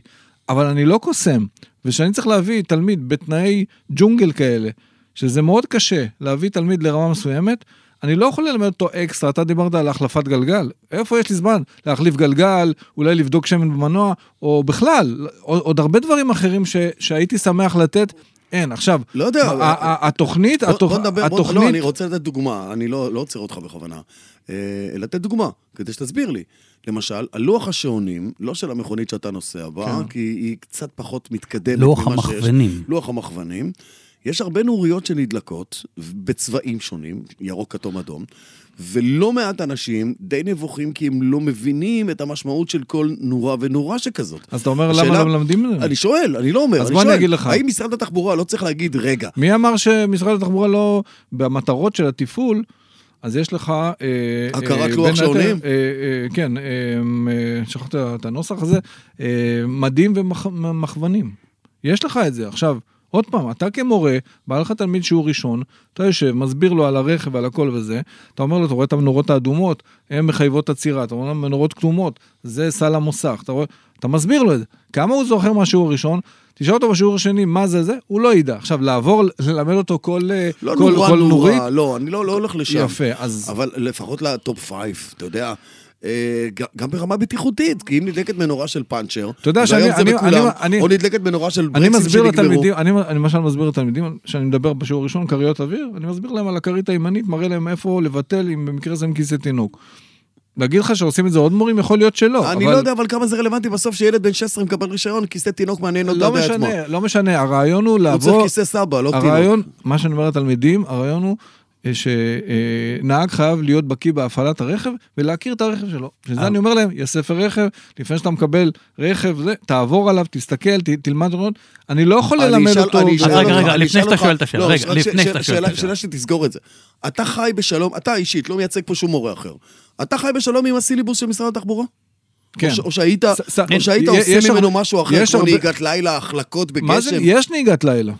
C: אבל אני לא קוסם. ושאני צריך להביא תלמיד בתנאי ג'ונגל כאלה, שזה מאוד קשה להביא תלמיד לרמה מסוימת, אני לא יכול ללמד אותו אקסטרה, אתה דיברת על החלפת גלגל. איפה יש לי זמן? להחליף גלגל, אולי לבדוק שמן במנוע, או בכלל, עוד, עוד הרבה דברים אחרים ש, שהייתי שמח לתת אין. עכשיו,
A: לא יודע,
C: ה-
A: אבל-
C: ה- התוכנית,
A: בוא-
C: התוכ-
A: בוא נדבר, בוא- לא, אני
C: התוכנית,
A: רוצה לתת דוגמה, אני לא לא עוצר אותך בכוונה. אה, לתת דוגמה, כדי שתסביר לי. למשל, הלוח השעונים, לא של המכונית שאתה נוסע בה,
C: כן.
A: כי היא קצת פחות מתקדמת
B: לוח
A: ממה שיש.
B: המכוונים.
A: לוח המכוונים. יש הרבה נוריות שנדלקות בצבעים שונים, ירוק, כתום, אדום, ולא מעט אנשים די נבוכים כי הם לא מבינים את המשמעות של כל נורה ונורה שכזאת.
C: אז אתה אומר
A: השאלה-
C: למה לא מלמדים את זה?
A: אני שואל, אני לא אומר,
C: אז
A: אני
C: בוא אני
A: שואל,
C: אגיד לך.
A: האם משרד התחבורה לא צריך להגיד, רגע,
C: מי אמר שמשרד התחבורה לא, במטרות של התפעול, אז יש לך... אה, אה,
A: הכרת
C: בין
A: לוח
C: היתר,
A: שעונים?
C: אה, אה, כן, אה, אה, שכחתי את הנוסח הזה, אה, מדים ומכוונים. יש לך את זה. עכשיו, עוד פעם, אתה כמורה, בא לך תלמיד שהוא ראשון, אתה יושב, מסביר לו על הרכב ועל הכל וזה, אתה אומר לו, אתה רואה את המנורות האדומות, הן מחייבות עצירה, אתה אומר לו, מנורות כתומות, זה סל המוסך, אתה רואה, אתה מסביר לו את זה. כמה הוא זוכר מהשיעור הראשון? תשאל אותו בשיעור השני, מה זה זה? הוא לא ידע. עכשיו, לעבור, ללמד אותו כל, אה,
A: לא
C: כל,
A: נורא
C: כל נורית,
A: נורא, לא, אני לא לא הולך לשם.
C: יפה, אז...
A: אבל לפחות לטופ פייב, אתה יודע. אה, ג- גם ברמה בטיחותית, כי אם נדלקת מנורה של פאנצ'ר,
C: אתה יודע
A: והיום
C: שאני-
A: זה
C: אני-
A: בכולם,
C: אני-
A: או נדלקת מנורה של
C: אני
A: ברקסים
C: מסביר
A: שנגמרו.
C: לתלמידים, אני אני למשל מסביר לתלמידים, כשאני מדבר בשיעור הראשון, כריות אוויר, אני מסביר להם על הכרית הימנית, מראה להם איפה לבטל, אם במקרה זה עם כיסא תינוק. להגיד לך שעושים את זה עוד מורים, יכול להיות שלא.
A: אני
C: אבל-
A: לא יודע אבל כמה זה רלוונטי בסוף שילד בן 16 מקבל רישיון, כיסא תינוק מעניין אותו
C: לא
A: בעצמו.
C: משנה, לא משנה, הרעיון הוא
A: הוא צריך
C: לעבור...
A: כיסא סבא, לא תינוק.
C: הרעיון, מה שאני אומר לתלמידים, הרעיון הוא אה, שנהג חייב להיות בקיא בהפעלת הרכב ולהכיר את הרכב שלו. בשביל זה
B: אה.
C: אני אומר להם, יש ספר רכב, לפני שאתה מקבל רכב, זה, תעבור עליו, תסתכל, ת- תלמד רעיון. אני לא יכול
A: אני
C: ללמד
A: אשאל-
C: אותו.
A: אני אשאל
B: רגע,
A: אותך-
B: רגע,
A: אני
B: לפני
A: אשאל
B: שאתה
A: אותך-
B: שואל את השאלה,
A: לא,
B: רגע,
A: רק ש-
B: לפני
A: ש-
B: שאתה שואל את
A: שאלה-
B: השאלה.
A: שאלה שתסגור את זה. אתה חי בשלום, אתה אישית, לא מייצג פה שום מורה אחר. אתה חי בשלום עם הסילבוס של משרד התחבורה?
C: כן.
A: או ש- או שהיית
C: ס- ס-
A: או שהיית
C: יש- יש
A: עושה
C: הרבה-
A: ממנו משהו אחר,
C: יש
A: כמו
C: הרבה-
A: נהיגת לילה, החלקות
C: מה זה,
A: בגשם?
C: יש נהיגת לילה.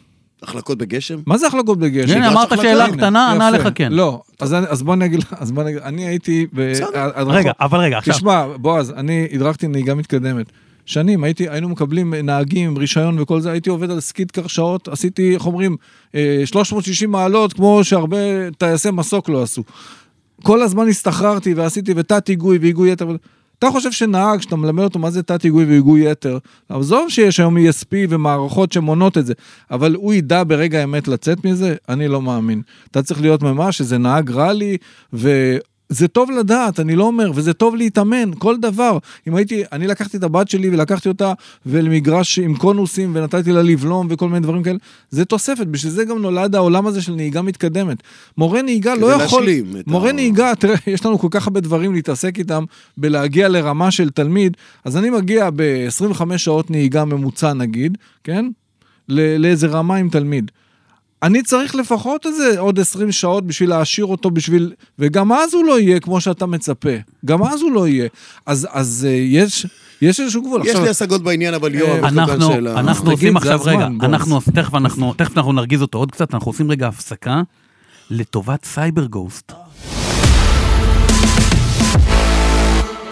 A: החלקות בגשם?
C: מה זה החלקות בגשם?
B: הנה, אמרת
A: החלטה,
B: שאלה
A: הנה,
B: קטנה, ענה
C: יפה.
B: לך כן.
C: לא, אז אני- אז בוא נגיד, לך- אז בוא נגיד, אני הייתי... ב-
A: בסדר.
C: הדרכות-
B: רגע, אבל רגע, עכשיו,
C: תשמע, בועז, אני הדרכתי נהיגה מתקדמת. שנים, הייתי, היינו מקבלים נהגים, עם רישיון וכל זה, הייתי עובד על סקיד קרשאות, עשיתי, איך אומרים, אה, 360 מעלות, כמו שהרבה טייסי מסוק לא עשו. כל הזמן הסתחררתי ועשיתי ותת היגוי והיגוי יתר. אבל אתה חושב שנהג, שאתה מלמד אותו מה זה תת היגוי והיגוי יתר, עזוב שיש היום ESP ומערכות שמונות את זה, אבל הוא ידע ברגע האמת לצאת מזה? אני לא מאמין. אתה צריך להיות ממש איזה נהג ראלי, וזה טוב לדעת, אני לא אומר, וזה טוב להתאמן, כל דבר. אם הייתי, אני לקחתי את הבת שלי ולקחתי אותה ולמגרש עם קונוסים ונתתי לה לבלום וכל מיני דברים כאלה, זה תוספת, בשביל זה גם נולד העולם הזה של נהיגה מתקדמת. מורה נהיגה לא
A: כדי
C: יכול...
A: להשלים את
C: מורה
A: ה-
C: נהיגה... נהיגה, <laughs> תראה, יש לנו כל כך הרבה דברים להתעסק איתם בלהגיע לרמה של תלמיד, אז אני מגיע ב-25 שעות נהיגה ממוצע נגיד, כן? ל- לאיזה רמה עם תלמיד. אני צריך לפחות איזה עוד 20 שעות בשביל להעשיר אותו בשביל... וגם אז הוא לא יהיה כמו שאתה מצפה. גם אז הוא לא יהיה. אז, אז אה, יש, יש איזשהו גבול.
A: יש לי השגות בעניין, אבל יואב, יש לו כאן
B: אנחנו,
A: שאלה.
B: אנחנו
C: תגיד,
B: עושים
C: זה
B: עכשיו,
C: הזמן,
B: רגע,
C: בועז.
B: אנחנו, תכף אנחנו, תכף אנחנו נרגיז אותו עוד קצת, אנחנו עושים רגע הפסקה לטובת סייבר
A: לא,
B: גוסט.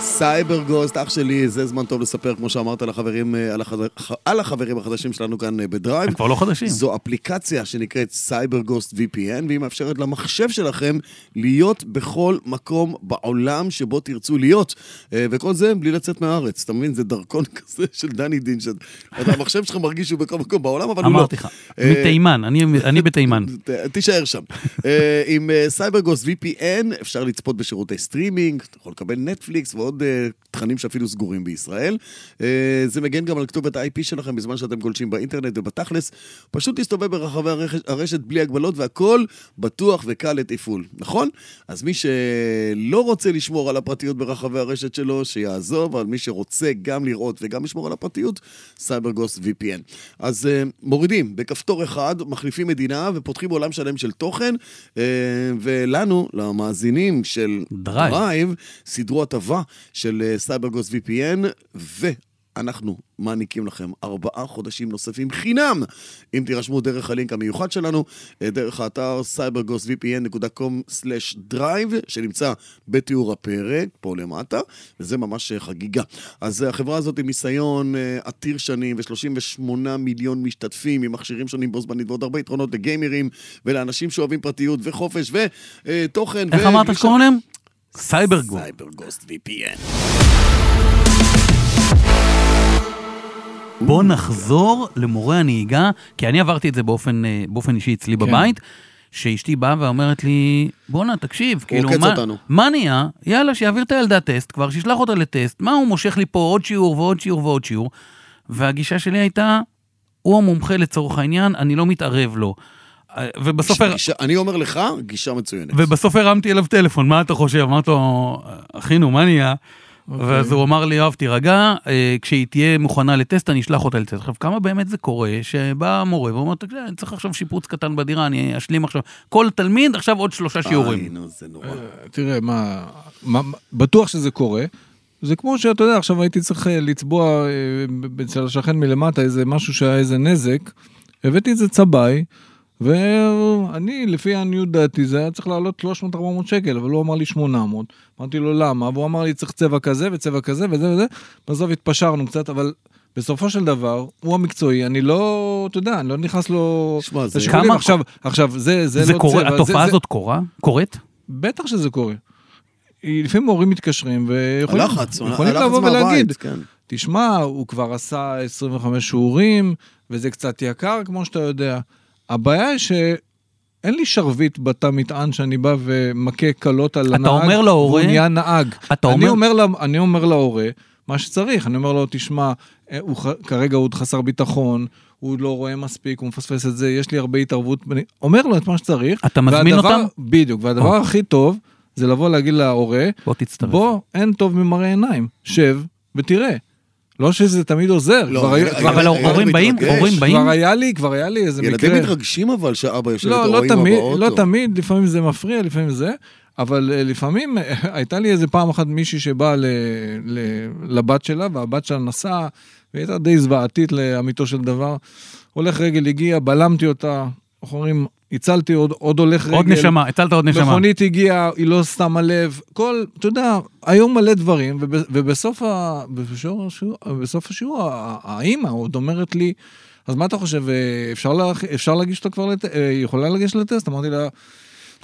A: סייבר גוסט, אח שלי, זה זמן טוב לספר, כמו שאמרת לחברים, אה, על, החד... על החברים החדשים שלנו כאן אה, בדרייב.
B: הם כבר לא חדשים.
A: זו אפליקציה שנקראת סייבר גוסט VPN, והיא מאפשרת למחשב שלכם להיות בכל מקום בעולם שבו תרצו להיות. אה, וכל זה בלי לצאת מהארץ, אתה מבין? זה דרכון <laughs> כזה של דני דין, שאתה, המחשב שלך מרגיש שהוא בכל מקום בעולם, אבל הוא לא.
B: אמרתי לך,
A: אה,
B: מתימן, אני- אני בתימן.
A: ת- תישאר שם. <laughs> אה, עם אה, סייברגוס VPN אפשר לצפות בשירותי סטרימינג, אתה יכול לקבל נטפליקס ועוד אה, תכנים שאפילו סגורים בישראל. אה, זה מגן גם על כתובת ה-IP שלכם בזמן שאתם גולשים באינטרנט ובתכלס. פשוט להסתובב ברחבי הרכש- הרשת בלי הגבלות והכל בטוח וקל לתפעול, נכון? אז מי שלא רוצה לשמור על הפרטיות ברחבי הרשת שלו, שיעזוב, אבל מי שרוצה גם לראות וגם לשמור על הפרטיות, סייברגוס VPN. אז אה, מורידים בכפתור אחד, מחליפים מדינה ופותחים עולם שלם של תוכן, אה, ולנו, למאזינים של
B: דרייב.
A: דרייב, סידרו הטבה של אה, סייברגוס VPN, ואנחנו מעניקים לכם ארבעה חודשים נוספים חינם, אם תירשמו דרך הלינק המיוחד שלנו, אה, דרך האתר cyberghostvpn.com/drive, שנמצא בתיאור הפרק, פה למטה, וזה ממש אה, חגיגה. אז אה, החברה הזאת עם ניסיון אה, עתיר שנים ו-38 מיליון משתתפים עם מכשירים שונים בו זמנית ועוד הרבה יתרונות לגיימרים ולאנשים שאוהבים פרטיות וחופש אה, ותוכן.
B: איך אמרת שקוראים להם? סייבר גוסט.
A: סייברגוסט VPN.
B: בוא נחזור למורה הנהיגה, כי אני עברתי את זה באופן, אה, באופן אישי אצלי
C: כן.
B: בבית, שאשתי באה ואומרת לי, בואנה, תקשיב, כאילו,
A: עוקץ
B: מה,
A: אותנו."
B: מה נהיה? יאללה, שיעביר את הילדה טסט, כבר שישלח אותה לטסט, מה הוא מושך לי פה עוד שיעור ועוד שיעור ועוד שיעור? והגישה שלי הייתה, הוא המומחה לצורך העניין, אני לא מתערב לו. אה, ובסוף... הר-
A: גישה- אני אומר לך, גישה מצוינת.
B: ובסוף הרמתי אליו טלפון, מה אתה חושב? אמרתי לו, אחינו, מה נהיה? ואז הוא אמר לי, יואב, תירגע, אה, כשהיא תהיה מוכנה לטסט, אני אשלח אותה לטסט. עכשיו, כמה באמת זה קורה שבא המורה ואומר, תקשיב, אני צריך עכשיו שיפוץ קטן בדירה, אני אשלים עכשיו. כל תלמיד, עכשיו עוד שלושה
A: איי,
B: שיעורים.
A: אה, נו, זה נורא.
C: אה, תראה, מה, מה, מה- בטוח שזה קורה. זה כמו שאתה יודע, עכשיו הייתי צריך אה, לצבוע אה, אצל השכן מלמטה איזה משהו שהיה איזה נזק. הבאתי איזה צבעי, ואני, לפי העניות דעתי, זה היה צריך לעלות 300-400 שקל, אבל הוא אמר לי 800. אמרתי לו, למה? והוא אמר לי, צריך צבע כזה וצבע כזה וזה וזה. בסוף התפשרנו קצת, אבל בסופו של דבר, הוא המקצועי, אני לא, אתה יודע, אני לא נכנס לו...
A: שמע, זה-
C: לשיקולים.
B: כמה-
C: עכשיו, עכשיו, זה, זה,
B: זה
C: לא
B: קורה,
C: צבע, זה-
B: התופעה
C: זה-
B: הזאת קורה? קורית?
C: בטח שזה קורה. לפעמים הורים מתקשרים ויכולים
A: הלחץ,
C: יכולים
A: הלחץ
C: לבוא
A: מהבית,
C: ולהגיד,
A: כן.
C: תשמע, הוא כבר עשה 25 שיעורים, וזה קצת יקר, כמו שאתה יודע. הבעיה היא שאין לי שרביט בתא מטען שאני בא ומכה קלות על
B: אתה
C: הנהג,
B: אומר להורה-
C: והוא נהיה נהג.
B: אתה
C: אני
B: אומר-
C: אומר, לה, אני אומר להורה מה שצריך, אני אומר לו, תשמע, אה, הוא ח... כרגע הוא עוד חסר ביטחון, הוא לא רואה מספיק, הוא מפספס את זה, יש לי הרבה התערבות, אני אומר לו את מה שצריך.
B: אתה מזמין
C: והדבר-
B: אותם?
C: בדיוק, והדבר
B: או.
C: הכי טוב זה לבוא להגיד להורה,
B: אה. בוא תצטרף.
C: בוא, אין טוב ממראה עיניים, שב ותראה. לא שזה תמיד עוזר,
A: לא,
C: כבר, היה,
A: אבל-
C: כבר,
B: אבל
A: הילד
B: ההורים באים,
A: מתרגש.
B: הורים באים,
C: כבר היה לי, כבר היה לי איזה
A: ילדים
C: מקרה.
A: מתרגשים אבל שאבא יושב
C: לא,
A: איתו,
C: לא
A: רואים
C: תמיד,
A: באוטו.
C: לא תמיד, לפעמים זה מפריע, לפעמים זה, אבל אה, לפעמים אה, הייתה לי איזה פעם אחת מישהי שבאה ל, ל, לבת שלה, והבת שלה נסעה, והיא הייתה די זוועתית לאמיתו של דבר. הולך רגל הגיע, בלמתי אותה, אנחנו אומרים, הצלתי עוד, עוד הולך רגל.
B: עוד נשמה, הצלת עוד נשמה.
C: מכונית הגיעה, היא לא שמה לב, כל, אתה יודע, היו מלא דברים, וב, ובסוף ה, בשור, השיעור- בסוף השיעור, ה- ה- האימא עוד אומרת לי, אז מה אתה חושב, אה, אפשר, לה, אפשר להגיש אותה כבר, לט, אה, היא יכולה לגשת לטסט? אמרתי לה,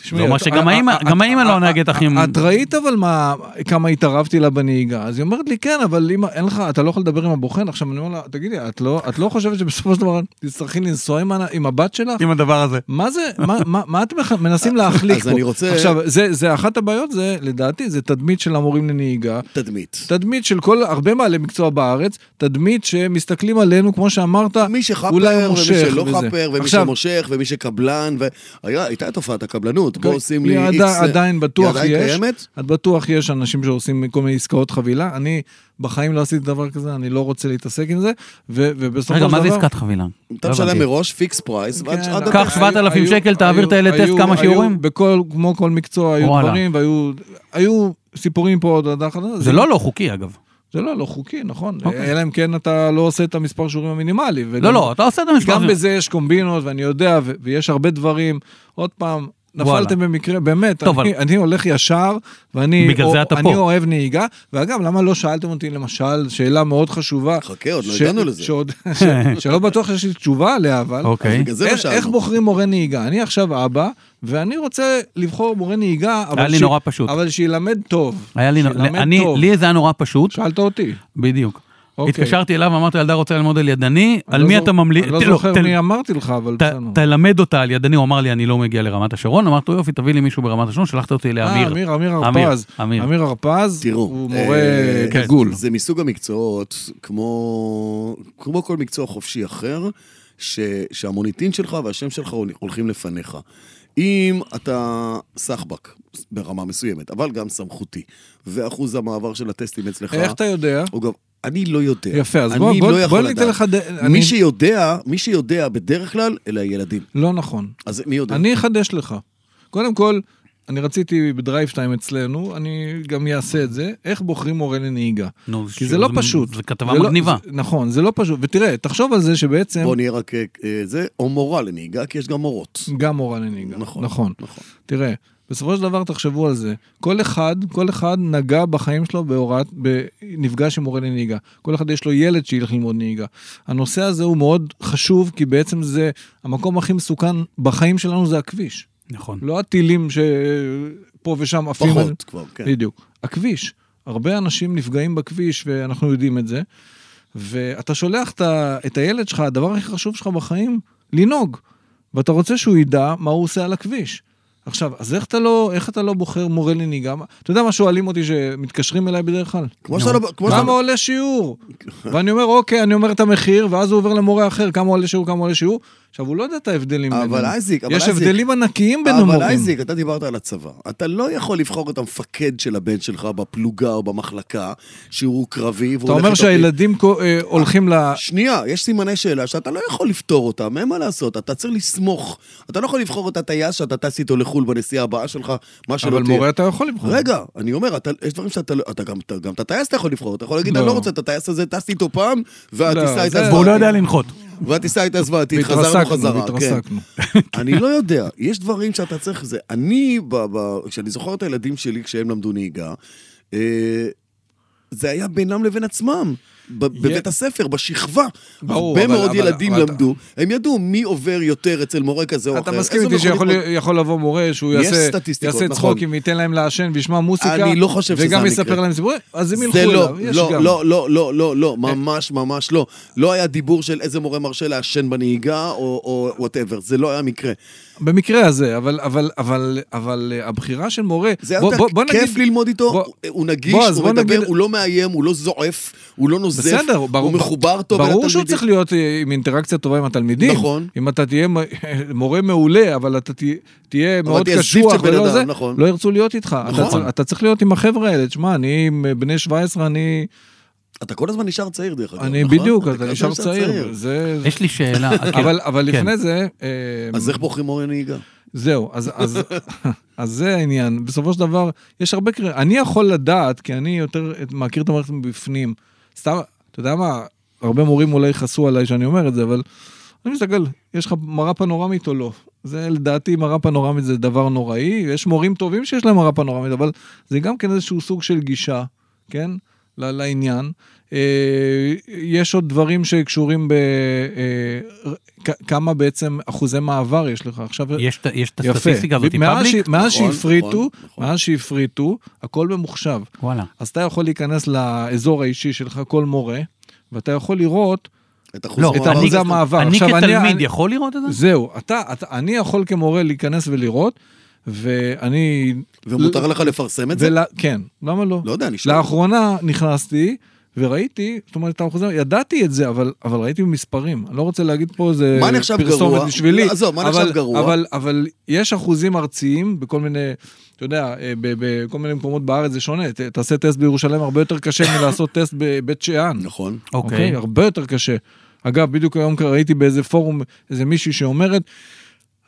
C: תשמעי,
B: זה אומר
C: את-
B: לא, שגם
C: אה,
B: האמא-
C: אה,
B: גם
C: אה,
B: האמא
C: אה,
B: לא
C: אה,
B: נוהגת
C: אה,
B: הכי-
C: את ראית אבל מה, כמה התערבתי לה בנהיגה, אז היא אומרת לי, כן, אבל אמא, אין לך, אתה לא יכול לדבר עם הבוחן, עכשיו אני אומר לה, תגידי, את לא, את לא חושבת שבסופו של דבר תצטרכי לנסוע עם, ה- עם הבת שלך?
B: עם הדבר הזה.
C: מה זה, מה, מה, מה אתם מח- מנסים להחליק
A: אז
C: פה?
A: אני רוצה-
C: עכשיו, זה, זה אחת הבעיות, זה לדעתי, זה תדמית של המורים לנהיגה.
A: תדמית.
C: תדמית של כל, הרבה בעלי מקצוע בארץ, תדמית שמסתכלים עלינו, כמו שאמרת,
A: מי שחפר
C: אולי הוא
A: ומי
C: מושך
A: שלא
C: וזה.
A: חפר, ומי
C: עכשיו-
A: שמושך ומי שקבלן, והייתה תופעת הקבלנות, בוא
C: כן,
A: עושים
C: היא
A: לי
C: עדי-
A: איקס...
C: עדיין בטוח
A: היא עדיין
C: יש.
A: קיימת?
C: את בטוח יש אנשים שעושים כל מיני עסקאות חבילה, אני בחיים לא עשיתי דבר כזה, אני לא רוצה להתעסק עם זה, ו- ובסופו של
B: רגע,
C: דבר...
B: מה זה עסקת חבילה?
A: אתה
B: לא
A: משלם
B: הבנתי.
A: מראש פיקס פרייס, ועד
C: כן,
A: עד
C: אבל-
B: קח
A: הדקה.
B: שבע- 7,000
C: היו-
B: שקל, תעביר
C: היו-
B: את הילד טסט
C: היו-
B: כמה
C: היו-
B: שיעורים?
C: בכל, כמו כל מקצוע, היו
B: וואלה.
C: דברים, והיו היו סיפורים פה עוד אחת.
B: זה לא לא חוקי, אגב.
C: זה לא, לא חוקי, נכון.
B: אוקיי.
C: אלא אם כן אתה לא עושה את המספר שיעורים המינימלי. וגם-
B: לא, לא, אתה עושה את המשפט.
C: גם בזה יש קומבינות, ואני יודע, ו- ויש הרבה דברים. עוד פעם,
B: וואלה.
C: נפלתם במקרה, באמת,
B: טוב,
C: אני,
B: אבל-
C: אני הולך ישר, ואני
B: בגלל זה אתה
C: אני
B: פה.
C: אוהב נהיגה. ואגב, למה לא שאלתם אותי למשל שאלה מאוד חשובה?
A: חכה, עוד לא
C: ש-
A: הגענו לזה.
C: שעוד- ש- <laughs> שלא בטוח שיש לי תשובה עליה, אבל...
B: אוקיי.
A: בגלל זה לא
C: איך-
A: שאלנו.
C: איך בוחרים מורה נהיגה? אני עכשיו אבא, ואני רוצה לבחור מורה נהיגה, אבל
B: היה לי
C: ש-
B: נורא פשוט.
C: אבל שילמד טוב.
B: היה לי,
C: שילמד
B: אני,
C: טוב.
B: לי זה היה נורא פשוט,
C: שאלת אותי.
B: בדיוק.
C: אוקיי.
B: התקשרתי אליו, אמרתי, הילדה רוצה ללמוד על ידני, על מי אתה ממליץ?
C: אני לא
B: תל-
C: זוכר
B: תל-
C: מי אמרתי לך, אבל
B: ת-
C: בסדר.
B: תלמד אותה על ידני, הוא אמר לי, אני לא מגיע לרמת השרון, אמרתי לו, יופי, תביא לי מישהו ברמת השרון, שלחת אותי
C: אה,
B: לאמיר.
C: אמיר, אמיר
B: אמיר,
C: הרפז.
B: אמיר.
C: אמיר הרפז,
A: תראו,
C: הוא
A: אה,
C: מורה
A: כן,
C: דגול.
A: זה מסוג המקצועות, כמו, כמו כל מקצוע חופשי אחר, ש, שהמוניטין שלך והשם שלך הול- הולכים לפניך. אם אתה סחבק ברמה מסוימת, אבל גם סמכותי, ואחוז המעבר של הטסטים אצלך,
B: נכון.
C: איך אתה יודע?
A: הוא גם... אני לא יודע.
C: יפה, אז
A: אני
C: בוא- בוא-
A: לא יכול
C: בוא ניתן
A: לדעת.
C: לך ד-
A: מי
C: אני-
A: שיודע, מי שיודע בדרך כלל, אלה הילדים.
C: לא נכון.
A: אז מי יודע?
C: אני אחדש לך. קודם כל, אני רציתי בדרייב טיים אצלנו, אני גם אעשה את זה, איך בוחרים מורה לנהיגה.
B: נו,
C: כי זה לא פשוט.
B: זו כתבה
C: זה לא-
B: מגניבה.
C: זה- נכון, זה לא פשוט. ותראה, תחשוב על זה שבעצם...
A: בוא נהיה רק אה, זה, או מורה לנהיגה, כי יש גם מורות.
C: גם מורה לנהיגה.
A: נכון,
C: נכון.
A: נכון.
C: תראה, בסופו של דבר תחשבו על זה. כל אחד, כל אחד נגע בחיים שלו בהוראת, נפגש עם מורה לנהיגה. כל אחד יש לו ילד שילך ללמוד נהיגה. הנושא הזה הוא מאוד חשוב, כי בעצם זה המקום הכי מסוכן בחיים שלנו זה הכביש.
B: נכון.
C: לא הטילים שפה ושם עפים. על-
A: פחות כבר, כן.
C: בדיוק. הכביש. הרבה אנשים נפגעים בכביש, ואנחנו יודעים את זה. ואתה שולח את ה- את הילד שלך, הדבר הכי חשוב שלך בחיים, לנהוג. ואתה רוצה שהוא ידע מה הוא עושה על הכביש. עכשיו, אז איך אתה לא, איך אתה לא בוחר מורה לנהיגה? אתה יודע מה שואלים אותי שמתקשרים אליי בדרך כלל?
A: כמו שאתה לא... כמו שאתה
C: כמה
A: לא-
C: עולה שיעור? ואני אומר, אוקיי, אני אומר את המחיר, ואז הוא עובר למורה אחר, כמה עולה שיעור, כמה עולה שיעור. עכשיו, הוא לא יודע את ההבדלים.
A: אבל
C: בינינו.
A: אייזיק, אבל
C: יש
A: אייזיק.
C: הבדלים ענקיים בין המורים.
A: אבל אייזיק, אתה דיברת על הצבא. אתה לא יכול לבחור את המפקד של הבן שלך בפלוגה או במחלקה, שהוא קרבי, והוא
C: אתה
A: הולך
C: אומר
A: איתו-
C: שהילדים כו- אה, הולכים ל...
A: שנייה, יש סימני שאלה שאתה לא יכול לפתור אותם, אין מה לעשות, אתה צריך לסמוך. אתה לא יכול לבחור את הטייס שאתה טס איתו לחו"ל בנסיעה הבאה שלך, מה שלא
C: אבל
A: תהיה.
C: מורה אתה יכול לבחור.
A: רגע, אני אומר, אתה, יש דברים שאתה לא... אתה גם, אתה, גם את הטייס אתה יכול לבחור, אתה יכול להגיד, אני
C: לא.
A: לא רוצה את הטייס הזה, טסתי איתו פעם, והטיסה הייתה
C: לא, זה-
A: זוועתית.
B: והוא לא יודע לנחות.
A: והטיסה הייתה זוועתית, חזרנו
C: והתרסקנו,
A: חזרה. כן.
C: והתרסקנו.
A: אני לא יודע, יש דברים שאתה צריך... זה, אני, ב, ב, כשאני זוכר את הילדים שלי כשהם למדו נהיגה, אה, זה היה בינם לבין עצמם. ב- בבית הספר, בשכבה.
C: ברור,
A: הרבה
C: אבל-
A: מאוד
C: אבל-
A: ילדים
C: אבל אתה-
A: למדו, הם ידעו מי עובר יותר אצל מורה כזה או אחר.
C: אתה מסכים
A: איזה
C: איתי
A: מכונית
C: שיכול
A: מוד-
C: יכול לבוא מורה שהוא
A: אוקיי, יש
C: יעשה
A: סטטיסטיקות,
C: יעשה
A: נכון.
C: צחוקים, ייתן להם לעשן וישמע מוסיקה,
A: אני לא חושב שזה
C: וגם
A: המקרה.
C: יספר להם סיפורים, אז הם ילכו
A: זה לא,
C: אליו. יש
A: לא,
C: גם. אה.
A: לא, לא, לא, לא, לא, ממש ממש לא. לא היה דיבור של איזה מורה מרשה לעשן בנהיגה או וואטאבר, זה לא היה מקרה.
C: במקרה הזה, אבל- אבל- אבל אבל אה, הבחירה של מורה...
A: זה היה
C: בוא-
A: יותר
C: בוא- בוא נגיד-
A: כיף ללמוד
C: בוא-
A: איתו, הוא נגיש,
C: בועז,
A: הוא
C: בוא
A: מדבר,
C: נגיד-
A: הוא לא מאיים, הוא לא זועף, הוא לא נוזף,
C: בסדר, ברור.
A: הוא מחובר טוב
C: ברור שהוא
A: לתלמידים.
C: צריך להיות אה, עם אינטראקציה טובה עם התלמידים.
A: נכון.
C: אם אתה תהיה מ- <laughs> מורה מעולה, אבל אתה תה- תהיה מאוד
A: תהיה זיף של
C: קשוח
A: בן
C: ולא
A: אדם,
C: זה,
A: נכון.
C: לא ירצו להיות איתך. אתה
A: נכון.
C: צר- אתה צריך להיות עם החבר'ה האלה. תשמע, אני עם אה, בני 17, אני...
A: אתה כל הזמן נשאר צעיר דרך אגב,
C: אני
A: נכון?
C: בדיוק, אתה
A: כל
C: נשאר
A: הזמן
C: צעיר. זה...
B: יש לי
C: <laughs>
B: שאלה.
C: אבל, אבל
B: כן.
C: לפני זה, אה,
A: אז איך בוחרים מורה נהיגה?
C: זהו, אז, אז, <laughs> אז זה העניין. בסופו של דבר, יש הרבה קריאה. אני יכול לדעת, כי אני יותר את- מכיר את המערכת מבפנים. סתם, אתה יודע מה, הרבה מורים אולי יכעסו עליי שאני אומר את זה, אבל אני מסתכל, יש לך מראה פנורמית או לא? זה לדעתי, מראה פנורמית זה דבר נוראי, יש מורים טובים שיש להם מראה פנורמית, אבל זה גם כן איזשהו סוג של גישה, כן? ל- לעניין. אה, יש עוד דברים שקשורים ב... אה, כ- כמה בעצם אחוזי מעבר יש לך עכשיו.
B: יש את- יש את הסטטיסטיקה הזאת, היא
C: מאז
B: פאבליק?
C: ש- מאז
A: נכון,
C: שהפריטו,
A: נכון, נכון.
C: מאז שהפריטו, הכל ממוחשב.
B: וואלה.
C: אז אתה יכול להיכנס לאזור האישי שלך, כל מורה, ואתה יכול לראות,
A: את אחוז
B: לא,
A: המעבר
C: את
B: אני-
C: אחוז
A: הזה-
C: המעבר.
B: אני
C: עכשיו, אני-
B: כתלמיד
C: אני-
B: יכול לראות
A: נכון.
B: את זה?
C: זהו, אתה, אתה, אני יכול כמורה להיכנס ולראות, ואני...
A: ומותר לך לפרסם את זה?
C: ול... כן, למה לא?
A: לא יודע, אני שואל.
C: לאחרונה נכנסתי וראיתי, זאת אומרת, את האחוזי, ידעתי את זה, אבל, אבל ראיתי מספרים. אני לא רוצה להגיד פה איזה
A: מה נחשב
C: פרסומת
A: גרוע?
C: בשבילי.
A: לא, עזוב, מה
C: אבל,
A: נחשב גרוע?
C: אבל, אבל יש אחוזים ארציים בכל מיני, אתה יודע, אה, ב- בכל מיני מקומות בארץ זה שונה. ת, תעשה טסט בירושלים הרבה יותר קשה מלעשות טסט בבית שאן.
A: נכון.
B: אוקיי.
C: הרבה יותר קשה. אגב, בדיוק היום ראיתי באיזה פורום איזה מישהי שאומרת,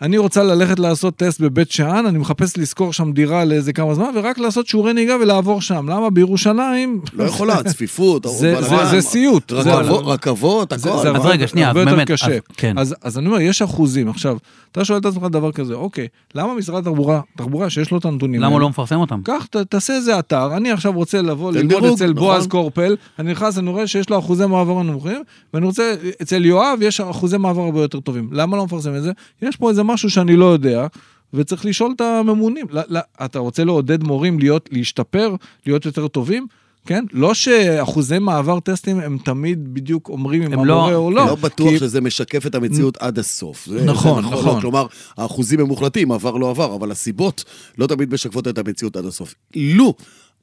C: אני רוצה ללכת לעשות טסט בבית שאן, אני מחפש לשכור שם דירה לאיזה כמה זמן, ורק לעשות שיעורי נהיגה ולעבור שם. למה? בירושלים...
A: לא
C: <laughs>
A: יכולה, צפיפות,
C: זה-
A: בלגן,
C: זה- זה סיוט.
A: רכבות-
C: זה-
A: רכבות, הכל.
C: זה-
A: נכון.
C: זה
A: מה?
B: אז רגע, שנייה,
C: הרבה
B: אז
C: יותר
B: באמת,
C: קשה.
B: אז- כן.
C: אז, אז אני אומר, יש אחוזים. עכשיו, אתה שואל את עצמך דבר כזה, אוקיי, למה משרד התחבורה, תחבורה שיש לו את הנתונים
B: למה
C: האלה,
B: הוא לא מפרסם אותם?
C: קח, ת, תעשה איזה אתר, אני עכשיו רוצה לבוא
A: זה
C: ללמוד
A: דירוג,
C: אצל
A: נכון.
C: בועז קורפל, אני נכנס, אני רואה שיש לו אחוזי מעבר נמוכים, ואני רוצה, אצל יואב יש אחוזי מעבר הרבה יותר טובים. למה לא מפרסם את זה? יש פה איזה משהו שאני לא יודע, וצריך לשאול את הממונים. לא, לא, אתה רוצה לעודד מורים להיות, להשתפר, להיות יותר טובים? כן? לא שאחוזי מעבר טסטים הם תמיד בדיוק אומרים אם
B: הם לא-
C: המורה או לא.
A: לא בטוח
C: כי-
A: שזה משקף את המציאות עד הסוף. זה- זה
C: נכון, נכון.
A: כלומר, האחוזים הם מוחלטים, עבר לא עבר, אבל הסיבות לא תמיד משקפות את המציאות עד הסוף. לו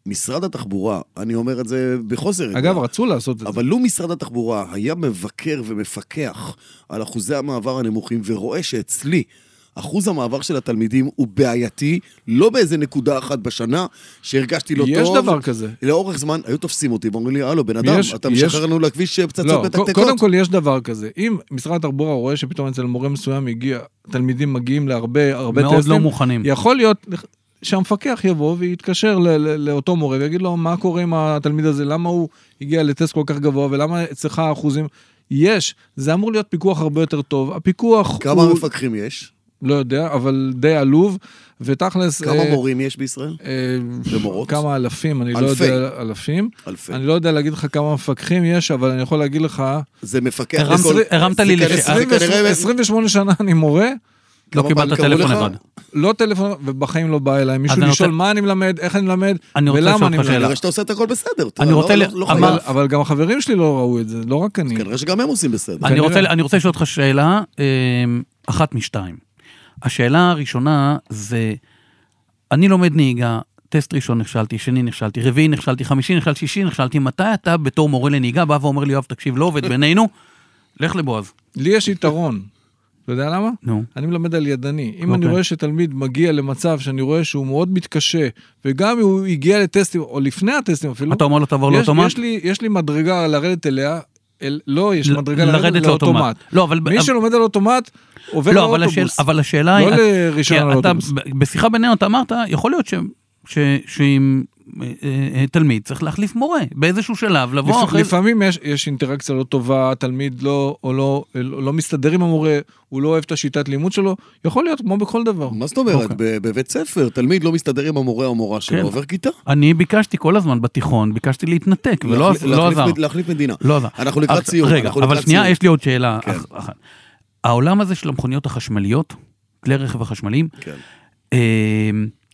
A: משרד התחבורה, אני אומר את זה בחוסר...
C: אגב,
A: ידיעה,
C: רצו לעשות את זה.
A: אבל לו משרד התחבורה היה מבקר ומפקח על אחוזי המעבר הנמוכים ורואה שאצלי אחוז המעבר של התלמידים הוא בעייתי, לא באיזה נקודה אחת בשנה שהרגשתי לא
C: יש
A: טוב.
C: דבר כזה.
A: לאורך זמן היו תופסים אותי ואומרים לי, הלו, בן אדם,
C: יש-
A: אתה
C: יש-
A: משחרר לנו לכביש אה, פצצות
C: לא,
A: מתקתקות.
C: ק- קודם כל יש דבר כזה, אם משרד התחבורה רואה שפתאום אצל מורה מסוים הגיע, תלמידים מגיעים להרבה הרבה
B: מאוד
C: טסטים,
B: לא מוכנים.
C: יכול להיות שהמפקח יבוא ויתקשר ל- ל- לאותו מורה ויגיד לו מה קורה עם התלמיד הזה, למה הוא הגיע לטסט כל כך גבוה ולמה אצלך האחוזים... יש, זה אמור להיות פיקוח הרבה יותר טוב, הפיקוח
A: כמה
C: הוא,
A: מפקחים יש?
C: לא יודע, אבל די עלוב, ותכלס...
A: כמה
C: אה,
A: מורים יש בישראל?
C: אה,
A: ומורות?
C: כמה אלפים, אני
A: אלפי.
C: לא יודע, אלפים.
A: אלפי.
C: אני לא יודע להגיד לך כמה מפקחים יש, אבל אני יכול להגיד לך
A: זה מפקח
B: הרמת-
A: לכל...
B: הרמת
A: זה
B: לי
A: כנראה-
B: לשאלה.
A: זה כנראה-
C: 28 שנה אני מורה,
B: לא
A: כמה פעמים
B: קיבלת
A: קראו
B: טלפון
A: לך?
B: אחד.
C: לא טלפון, ובחיים לא בא אליי מישהו
B: אני
C: לשאול
B: רוצה-
C: מה אני מלמד, איך אני מלמד,
B: אני רוצה לשאול
C: ולמה אני
B: אותך שאלה.
C: מלמד.
A: כנראה שאתה עושה את הכל בסדר. אתה
B: אני
A: לא-
B: רוצה ל-
A: לא- לא חייב.
B: אמר-
C: אבל- אבל גם החברים שלי לא ראו את זה, לא רק אני.
A: כנראה שגם הם עושים בסדר.
B: אני רוצה,
C: כנראה.
B: אני רוצה לשאול אותך שאלה, אמ, אחת משתיים. השאלה הראשונה זה, אני לומד נהיגה, טסט ראשון נכשלתי, שני נכשלתי, רביעי נכשלתי, חמישי נכשלתי, שישי נכשלתי, מתי אתה בתור מורה לנהיגה בא ואומר לי, יואב, תקשיב, לא עובד בינינו, לך לבועז.
C: לי יש יתרון. אתה יודע למה?
B: נו.
C: אני מלמד על ידני. אם
B: אוקיי.
C: אני רואה שתלמיד מגיע למצב שאני רואה שהוא מאוד מתקשה, וגם הוא הגיע לטסטים, או לפני הטסטים אפילו,
B: אתה אומר לו, תעבור
C: יש-
B: לאוטומט?
C: יש לי- יש לי מדרגה לרדת אליה, אל- לא, יש
B: ל-
C: מדרגה
B: לרדת
C: לרדת
B: לאוטומט.
C: לאוטומט.
B: לא, אבל- אבל-
C: מי שלומד על אוטומט, עובר
B: לא, אבל, השאל,
C: לאוטובוס.
B: אבל השאלה
C: לא
B: היא...
C: לראשון על
B: כי אתה,
C: האוטובוס.
B: ב- בשיחה בינינו אתה אמרת, יכול להיות ש... ש... שאם אה, אה, תלמיד צריך להחליף מורה באיזשהו שלב, לבוא
C: לפ-
B: אחרי...
C: לפעמים יש- יש אינטראקציה לא טובה, התלמיד לא או לא- לא לא מסתדר עם המורה, הוא לא אוהב את השיטת לימוד שלו, יכול להיות כמו בכל דבר.
A: מה זאת אומרת? ב- בבית ספר, תלמיד לא מסתדר עם המורה או המורה
B: אוקיי. כן.
A: שלו, עובר כיתה.
B: אני ביקשתי כל הזמן בתיכון, ביקשתי להתנתק, ולא
A: להחליף-
B: לא
A: להחליף
B: עזר.
A: מד- להחליף מדינה.
B: לא עזר.
A: אנחנו לקראת
B: עכשיו,
A: סיום,
B: רגע,
A: אנחנו
B: אבל
A: לקראת
B: שנייה,
A: סיום.
B: יש לי עוד שאלה
A: כן.
B: אח- אחת. העולם הזה של המכוניות החשמליות, כלי רכב החשמליים,
A: כן.
B: אה,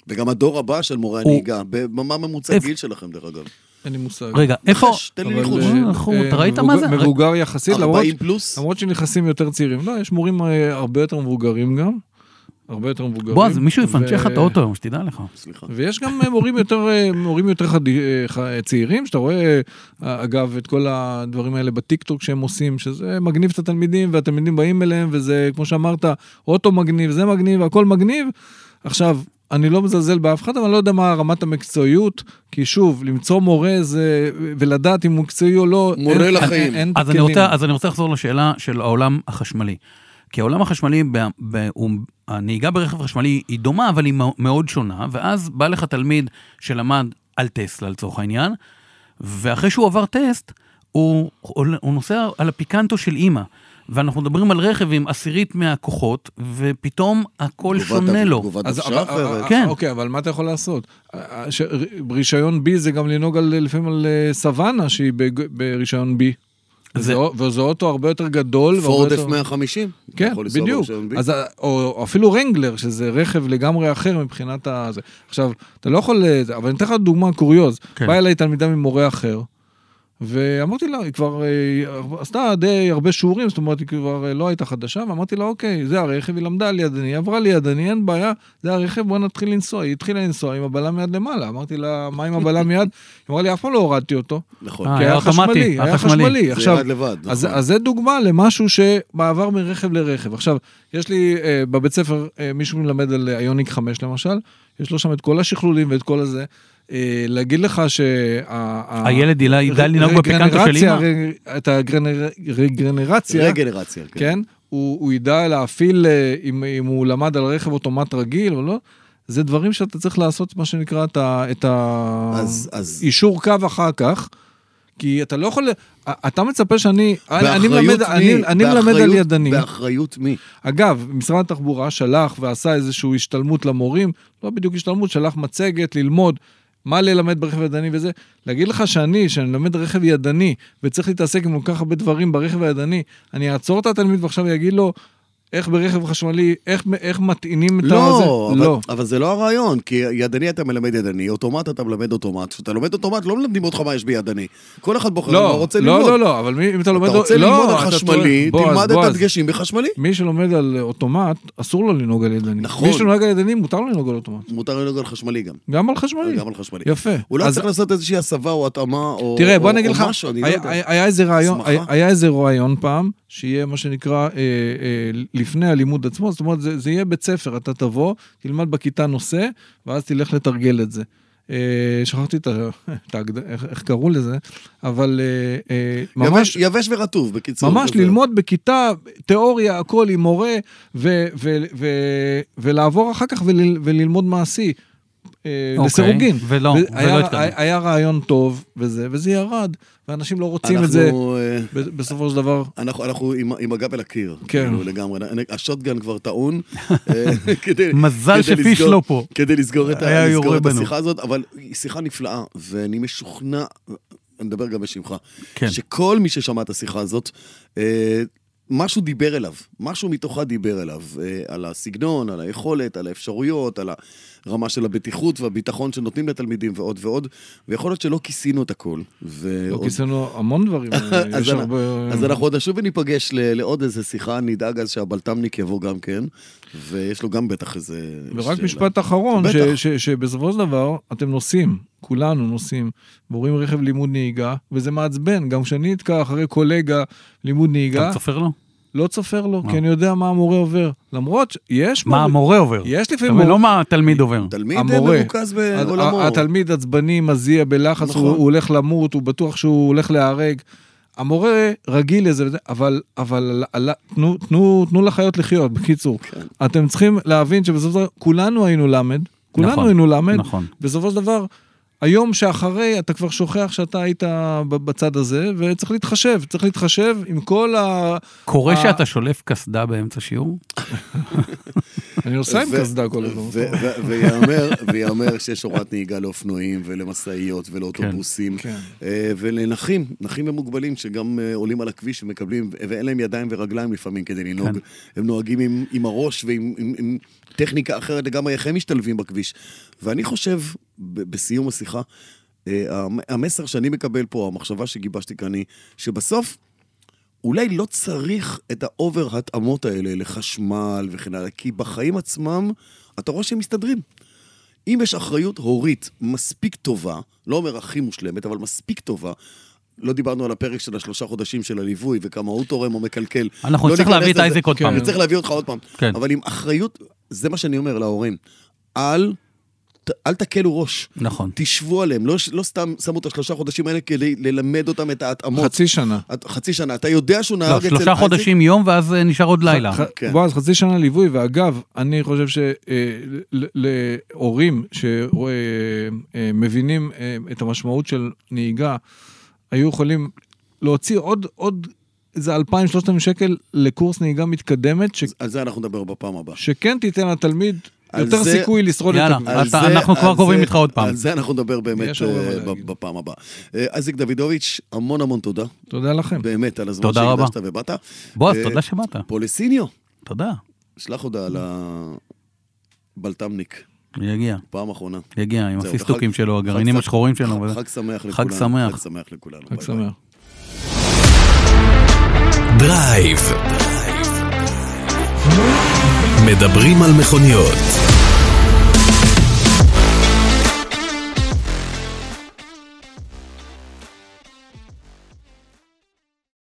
A: וגם הדור הבא של מורי
B: הוא-
A: הנהיגה, ב- מה ממוצע
B: איפה-
A: גיל שלכם דרך אגב?
C: אין לי מושג.
B: רגע, איפה...
A: נחש, תן לי
C: אבל,
A: ניחוש.
C: אה,
B: אנחנו-
C: אה,
B: אתה ראית
C: מבוגר-
B: מה זה?
C: מבוגר יחסית, למרות
A: 40 פלוס?
C: למרות שנכנסים יותר צעירים. לא, יש מורים אה, הרבה יותר מבוגרים גם. הרבה יותר מבוגרים.
B: בועז, מישהו יפנצ'ח
C: ו-
B: את האוטו היום, שתדע לך.
A: סליחה.
C: ויש גם אה, מורים יותר, אה, מורים יותר חד... אה, ח- אה, צעירים, שאתה רואה, אה, אגב, את כל הדברים האלה בטיקטוק שהם עושים, שזה מגניב את התלמידים, והתלמידים באים אליהם, וזה, כמו שאמרת, אוטו מגניב, זה מגניב, הכל מגניב. עכשיו, אני לא מזלזל באף אחד, אבל אני לא יודע מה רמת המקצועיות, כי שוב, למצוא מורה זה, ולדעת אם הוא מקצועי או לא,
A: מורה
C: אין,
A: לחיים.
C: אין, אין
B: אז אני,
C: כלים.
B: רוצה, אז אני רוצה לחזור לשאלה של העולם החשמלי. כי העולם החשמלי, ב, ב, הוא, הנהיגה ברכב חשמלי היא דומה, אבל היא מאו- מאוד שונה, ואז בא לך תלמיד שלמד על טסלה לצורך העניין, ואחרי שהוא עבר טסט, הוא, הוא, הוא נוסע על הפיקנטו של אימא. ואנחנו מדברים על רכב עם עשירית מהכוחות, ופתאום הכל
A: תגובת
B: שונה
A: אב-
B: לו.
A: תגובת
C: אז
A: אפשר
C: אבל-
A: אחרת.
C: אה,
B: כן.
C: אוקיי, אבל מה אתה יכול לעשות? אה, ש- ר- ברישיון B זה גם לנהוג על, לפעמים על אה, סוואנה שהיא בג- ברישיון B.
B: זה-
C: זה... וזה אוטו הרבה יותר גדול.
A: פורד
C: והרבה יותר-
A: F-150?
C: כן,
A: יכול לנסוע
C: בדיוק.
A: ברישיון B?
C: אז, ה- או או אפילו רנגלר, שזה רכב לגמרי אחר מבחינת ה... זה. עכשיו, אתה לא יכול... אה, זה- אבל אני אתן לך דוגמה, קוריוז.
B: כן.
C: כן. באה אליי תלמידה ממורה אחר, ואמרתי לה, היא כבר אה, עשתה די הרבה שיעורים, זאת אומרת, היא כבר אה, לא הייתה חדשה, ואמרתי לה, אוקיי, זה הרכב, היא למדה על ידני, היא עברה לידני, אין בעיה, זה הרכב, בוא נתחיל לנסוע. היא התחילה לנסוע עם הבלם יד למעלה. אמרתי לה, מה עם הבלם יד? היא אמרה לי, אף פעם לא הורדתי אותו.
A: נכון.
B: אה,
C: כי
B: היה
C: היה
B: אוטומטי,
C: חשמלי,
B: היה
C: היה
B: חשמלי.
C: חשמלי.
A: זה
C: עכשיו,
A: ירד לבד.
C: אז,
A: נכון.
C: אז זה דוגמה למשהו שמעבר מרכב לרכב. עכשיו, יש לי אה, בבית ספר אה, מישהו מלמד על איוניק 5 למשל, יש לו שם את כל השכלולים ואת כל הזה. אה, להגיד לך שה...
B: הילד ידע- ידע לנהוג בפיקנטו של
C: רגנרציה,
B: אימא?
C: ר- את הגרנרציה,
A: רגנרציה, כן.
C: כן, הוא, הוא ידע להפעיל, אה, אם, אם הוא למד על רכב אוטומט רגיל או לא, זה דברים שאתה צריך לעשות, מה שנקרא, את ה... את ה...
A: אז- אז-
C: אישור קו אחר כך, כי אתה לא יכול... א- אתה מצפה שאני... אני- אני
A: באחריות
C: מלמד,
A: מי?
C: אני, אני מלמד על
A: באחריות-
C: ידני.
A: באחריות מי?
C: אגב, משרד התחבורה שלח ועשה איזושהי השתלמות למורים, לא בדיוק השתלמות, שלח מצגת ללמוד מה ללמד ברכב ידני וזה. להגיד לך שאני, שאני לומד רכב ידני וצריך להתעסק עם כל כך הרבה דברים ברכב הידני, אני אעצור את התלמיד ועכשיו אגיד לו איך ברכב חשמלי, איך, איך מטעינים את הזה?
A: לא, אבל-
C: לא.
A: אבל זה לא הרעיון, כי ידני אתה מלמד ידני, אוטומט אתה מלמד אוטומט. כשאתה לומד אוטומט, לא מלמדים אותך מה יש בידני. כל אחד בוחר מה הוא
C: לא,
A: רוצה
C: לא,
A: ללמוד.
C: לא, לא, אבל מי- אם אתה לומד...
A: אתה רוצה
C: לא,
A: ללמוד
C: אתה
A: על חשמלי,
C: טועה. בועז,
A: תלמד את
C: בועז,
A: הדגשים בחשמלי.
C: מי שלומד על אוטומט, אסור לו לנהוג על ידני.
A: נכון.
C: מי שלנהוג על ידני, מותר לו לנהוג על אוטומט.
A: מותר לנהוג על חשמלי גם.
C: גם על חשמלי.
A: גם על חשמלי.
C: יפה.
A: אולי
C: אה. אז-
A: צריך לעשות איזושהי הסבה או התאמה או
C: תראה,
A: או-
C: בוא אני אגיד
A: או
C: לך,
A: משהו, אני לא
C: היה-
A: יודע.
C: היה היה איזה רעיון,
A: הסמכה?
C: היה- היה איזה רעיון פעם, שיהיה מה שנקרא אה, אה, לפני הלימוד עצמו, זאת אומרת, זה זה יהיה בית ספר, אתה תבוא, תלמד בכיתה נושא, ואז תלך לתרגל את זה. אה, שכחתי את ה... <laughs> את ההגד- איך- איך קראו לזה, אבל אה, אה, ממש...
A: יבש- יבש ורטוב, בקיצור.
C: ממש
A: כזה.
C: ללמוד בכיתה, תיאוריה, הכל עם מורה, ו- ו- ו- ולעבור אחר כך ול- וללמוד מעשי. אה,
B: אוקיי,
C: לסירוגין.
B: ולא,
C: וזה-
B: ולא
C: היה-
B: התקדם.
C: היה רעיון טוב, וזה, וזה ירד, ואנשים לא רוצים את זה
A: אנחנו, אה,
C: ב- בסופו של דבר.
A: אנחנו, אנחנו עם, עם הגב אל הקיר,
C: כן.
A: כאילו לגמרי, אני- השוטגן כבר
B: <laughs>
A: טעון. אה, כדי,
B: מזל
A: כדי
B: שפיש
A: לסגור-
B: לא פה.
A: כדי לסגור את,
B: היה
A: ה, לסגור
B: יורה
A: את
B: בנו.
A: השיחה הזאת, אבל היא שיחה נפלאה, ואני משוכנע, אני מדבר גם בשמך,
B: כן.
A: שכל מי ששמע את השיחה הזאת, אה, משהו דיבר אליו, משהו מתוכה דיבר אליו, אה, על הסגנון, על היכולת, על האפשרויות, על הרמה של הבטיחות והביטחון שנותנים לתלמידים ועוד ועוד, ויכול להיות שלא כיסינו את הכל.
C: לא
A: ועוד-
C: כיסינו המון דברים. אה,
A: <laughs> אז
C: יש
A: אנ-
C: הרבה...
A: אז אנחנו עוד נשוב וניפגש ל- לעוד איזה שיחה, נדאג אז שהבלת"מניק יבוא גם כן, ויש לו גם בטח איזה...
C: ורק
A: שאלה.
C: משפט אחרון,
A: בטח.
C: ש, ש, שבסופו של דבר אתם נוסעים, כולנו נוסעים, ורואים רכב לימוד נהיגה, וזה מעצבן, גם כשאני נתקע אחרי קולגה לימוד
B: אתה
C: נהיגה,
B: צופר לו?
C: לא צופר לו,
B: מה?
C: כי אני יודע מה המורה עובר. למרות שיש...
B: מה
C: מורים-
B: המורה עובר?
C: יש
B: אתה
C: לפעמים...
B: אומר,
C: מורים-
B: לא מה התלמיד עובר.
A: תלמיד אה,
C: המורה.
A: מרוכז
C: הת-
A: בעולמו.
C: ה- התלמיד עצבני, מזיע, בלחץ,
A: נכון.
C: הוא הוא הולך למות, הוא בטוח שהוא הולך להיהרג. המורה רגיל לזה, וזה, אבל, אבל על- על- תנו, תנו, תנו לחיות לחיות, בקיצור.
A: כן.
C: אתם צריכים להבין שבסופו של דבר כולנו היינו למד, כולנו
B: נכון,
C: היינו למד,
B: נכון.
C: בסופו של דבר, היום שאחרי אתה כבר שוכח שאתה היית ב- בצד הזה, וצריך להתחשב, צריך להתחשב עם כל ה...
B: קורה
C: אה.
B: שאתה שולף קסדה באמצע שיעור?
C: אני עושה עם
A: ו-
C: קסדה כל הזמן.
A: ו- ו- וייאמר- וייאמר שיש הוראת נהיגה לאופנועים ולמשאיות ולאוטובוסים
C: כן.
A: אה, ולנכים, נכים ומוגבלים שגם אה, עולים על הכביש ומקבלים, ואין להם ידיים ורגליים לפעמים כדי לנהוג. הם נוהגים עם- עם הראש ועם עם- עם טכניקה אחרת לגמרי, איך הם משתלבים בכביש. ואני חושב, ב- בסיום השיחה, אה, המ- המסר שאני מקבל פה, המחשבה שגיבשתי כאן היא, שבסוף אולי לא צריך את האובר התאמות האלה לחשמל וכן הלאה, כי בחיים עצמם אתה רואה שהם מסתדרים. אם יש אחריות הורית מספיק טובה, לא אומר הכי מושלמת, אבל מספיק טובה, לא דיברנו על הפרק של השלושה חודשים של הליווי וכמה הוא תורם או מקלקל.
B: אנחנו
A: לא
B: נצטרך
A: ניכנס
B: להביא את
A: לזה.
B: אייזק עוד
C: כן.
B: פעם.
A: נצטרך להביא אותך עוד פעם.
B: כן.
A: אבל עם אחריות, זה מה שאני אומר להורים. אל, ת- אל תקלו ראש.
B: נכון.
A: תשבו עליהם, לא, לא סתם שמו את השלושה חודשים האלה כדי ללמד אותם את ההתאמות.
C: חצי שנה.
A: את- חצי שנה, אתה יודע שהוא נהג
B: לא,
A: אצל...
B: שלושה
A: אייזיק?
B: חודשים יום ואז אה, נשאר עוד לילה.
C: ח-
A: כן.
C: בועז, חצי שנה ליווי, ואגב, אני חושב אה, שלהורים אה, שמבינים אה, את המשמעות של נהיגה, היו יכולים להוציא עוד, עוד איזה 2,000-3,000 שקל לקורס נהיגה מתקדמת, ש-
A: על זה אנחנו נדבר בפעם הבאה.
C: שכן תיתן לתלמיד
A: על
C: יותר
A: זה-
C: סיכוי לשרוד את
B: יאללה.
C: הכביש.
A: על
B: אתה- אנחנו כבר
A: על
B: קובעים
A: זה-
B: איתך עוד פעם.
A: על זה אנחנו נדבר באמת
C: יש הרבה
A: אה,
C: מה
A: ב-
C: להגיד.
A: בפעם הבאה. אה, אזיק דוידוביץ', המון המון תודה.
C: תודה לכם.
A: באמת, על הזמן
B: כן. תודה רבה.
A: שהקדשת ובאת.
B: בועז,
A: אה,
B: תודה שבאת.
A: פוליסיניו,
B: תודה.
A: שלח הודעה
B: כן.
A: לבלת"מניק,
B: יגיע,
A: פעם אחרונה.
B: יגיע עם
A: זהו,
B: הפיסטוקים
A: וחג-
B: שלו,
A: חג
B: הגרעינים
A: שמח-
B: השחורים שלו.
A: חג-
B: וזה.
A: חג שמח לכולנו.
B: חג שמח.
A: חג שמח לכולנו. ביי ביי.
C: חג שמח.
D: דרייב. מדברים על מכוניות.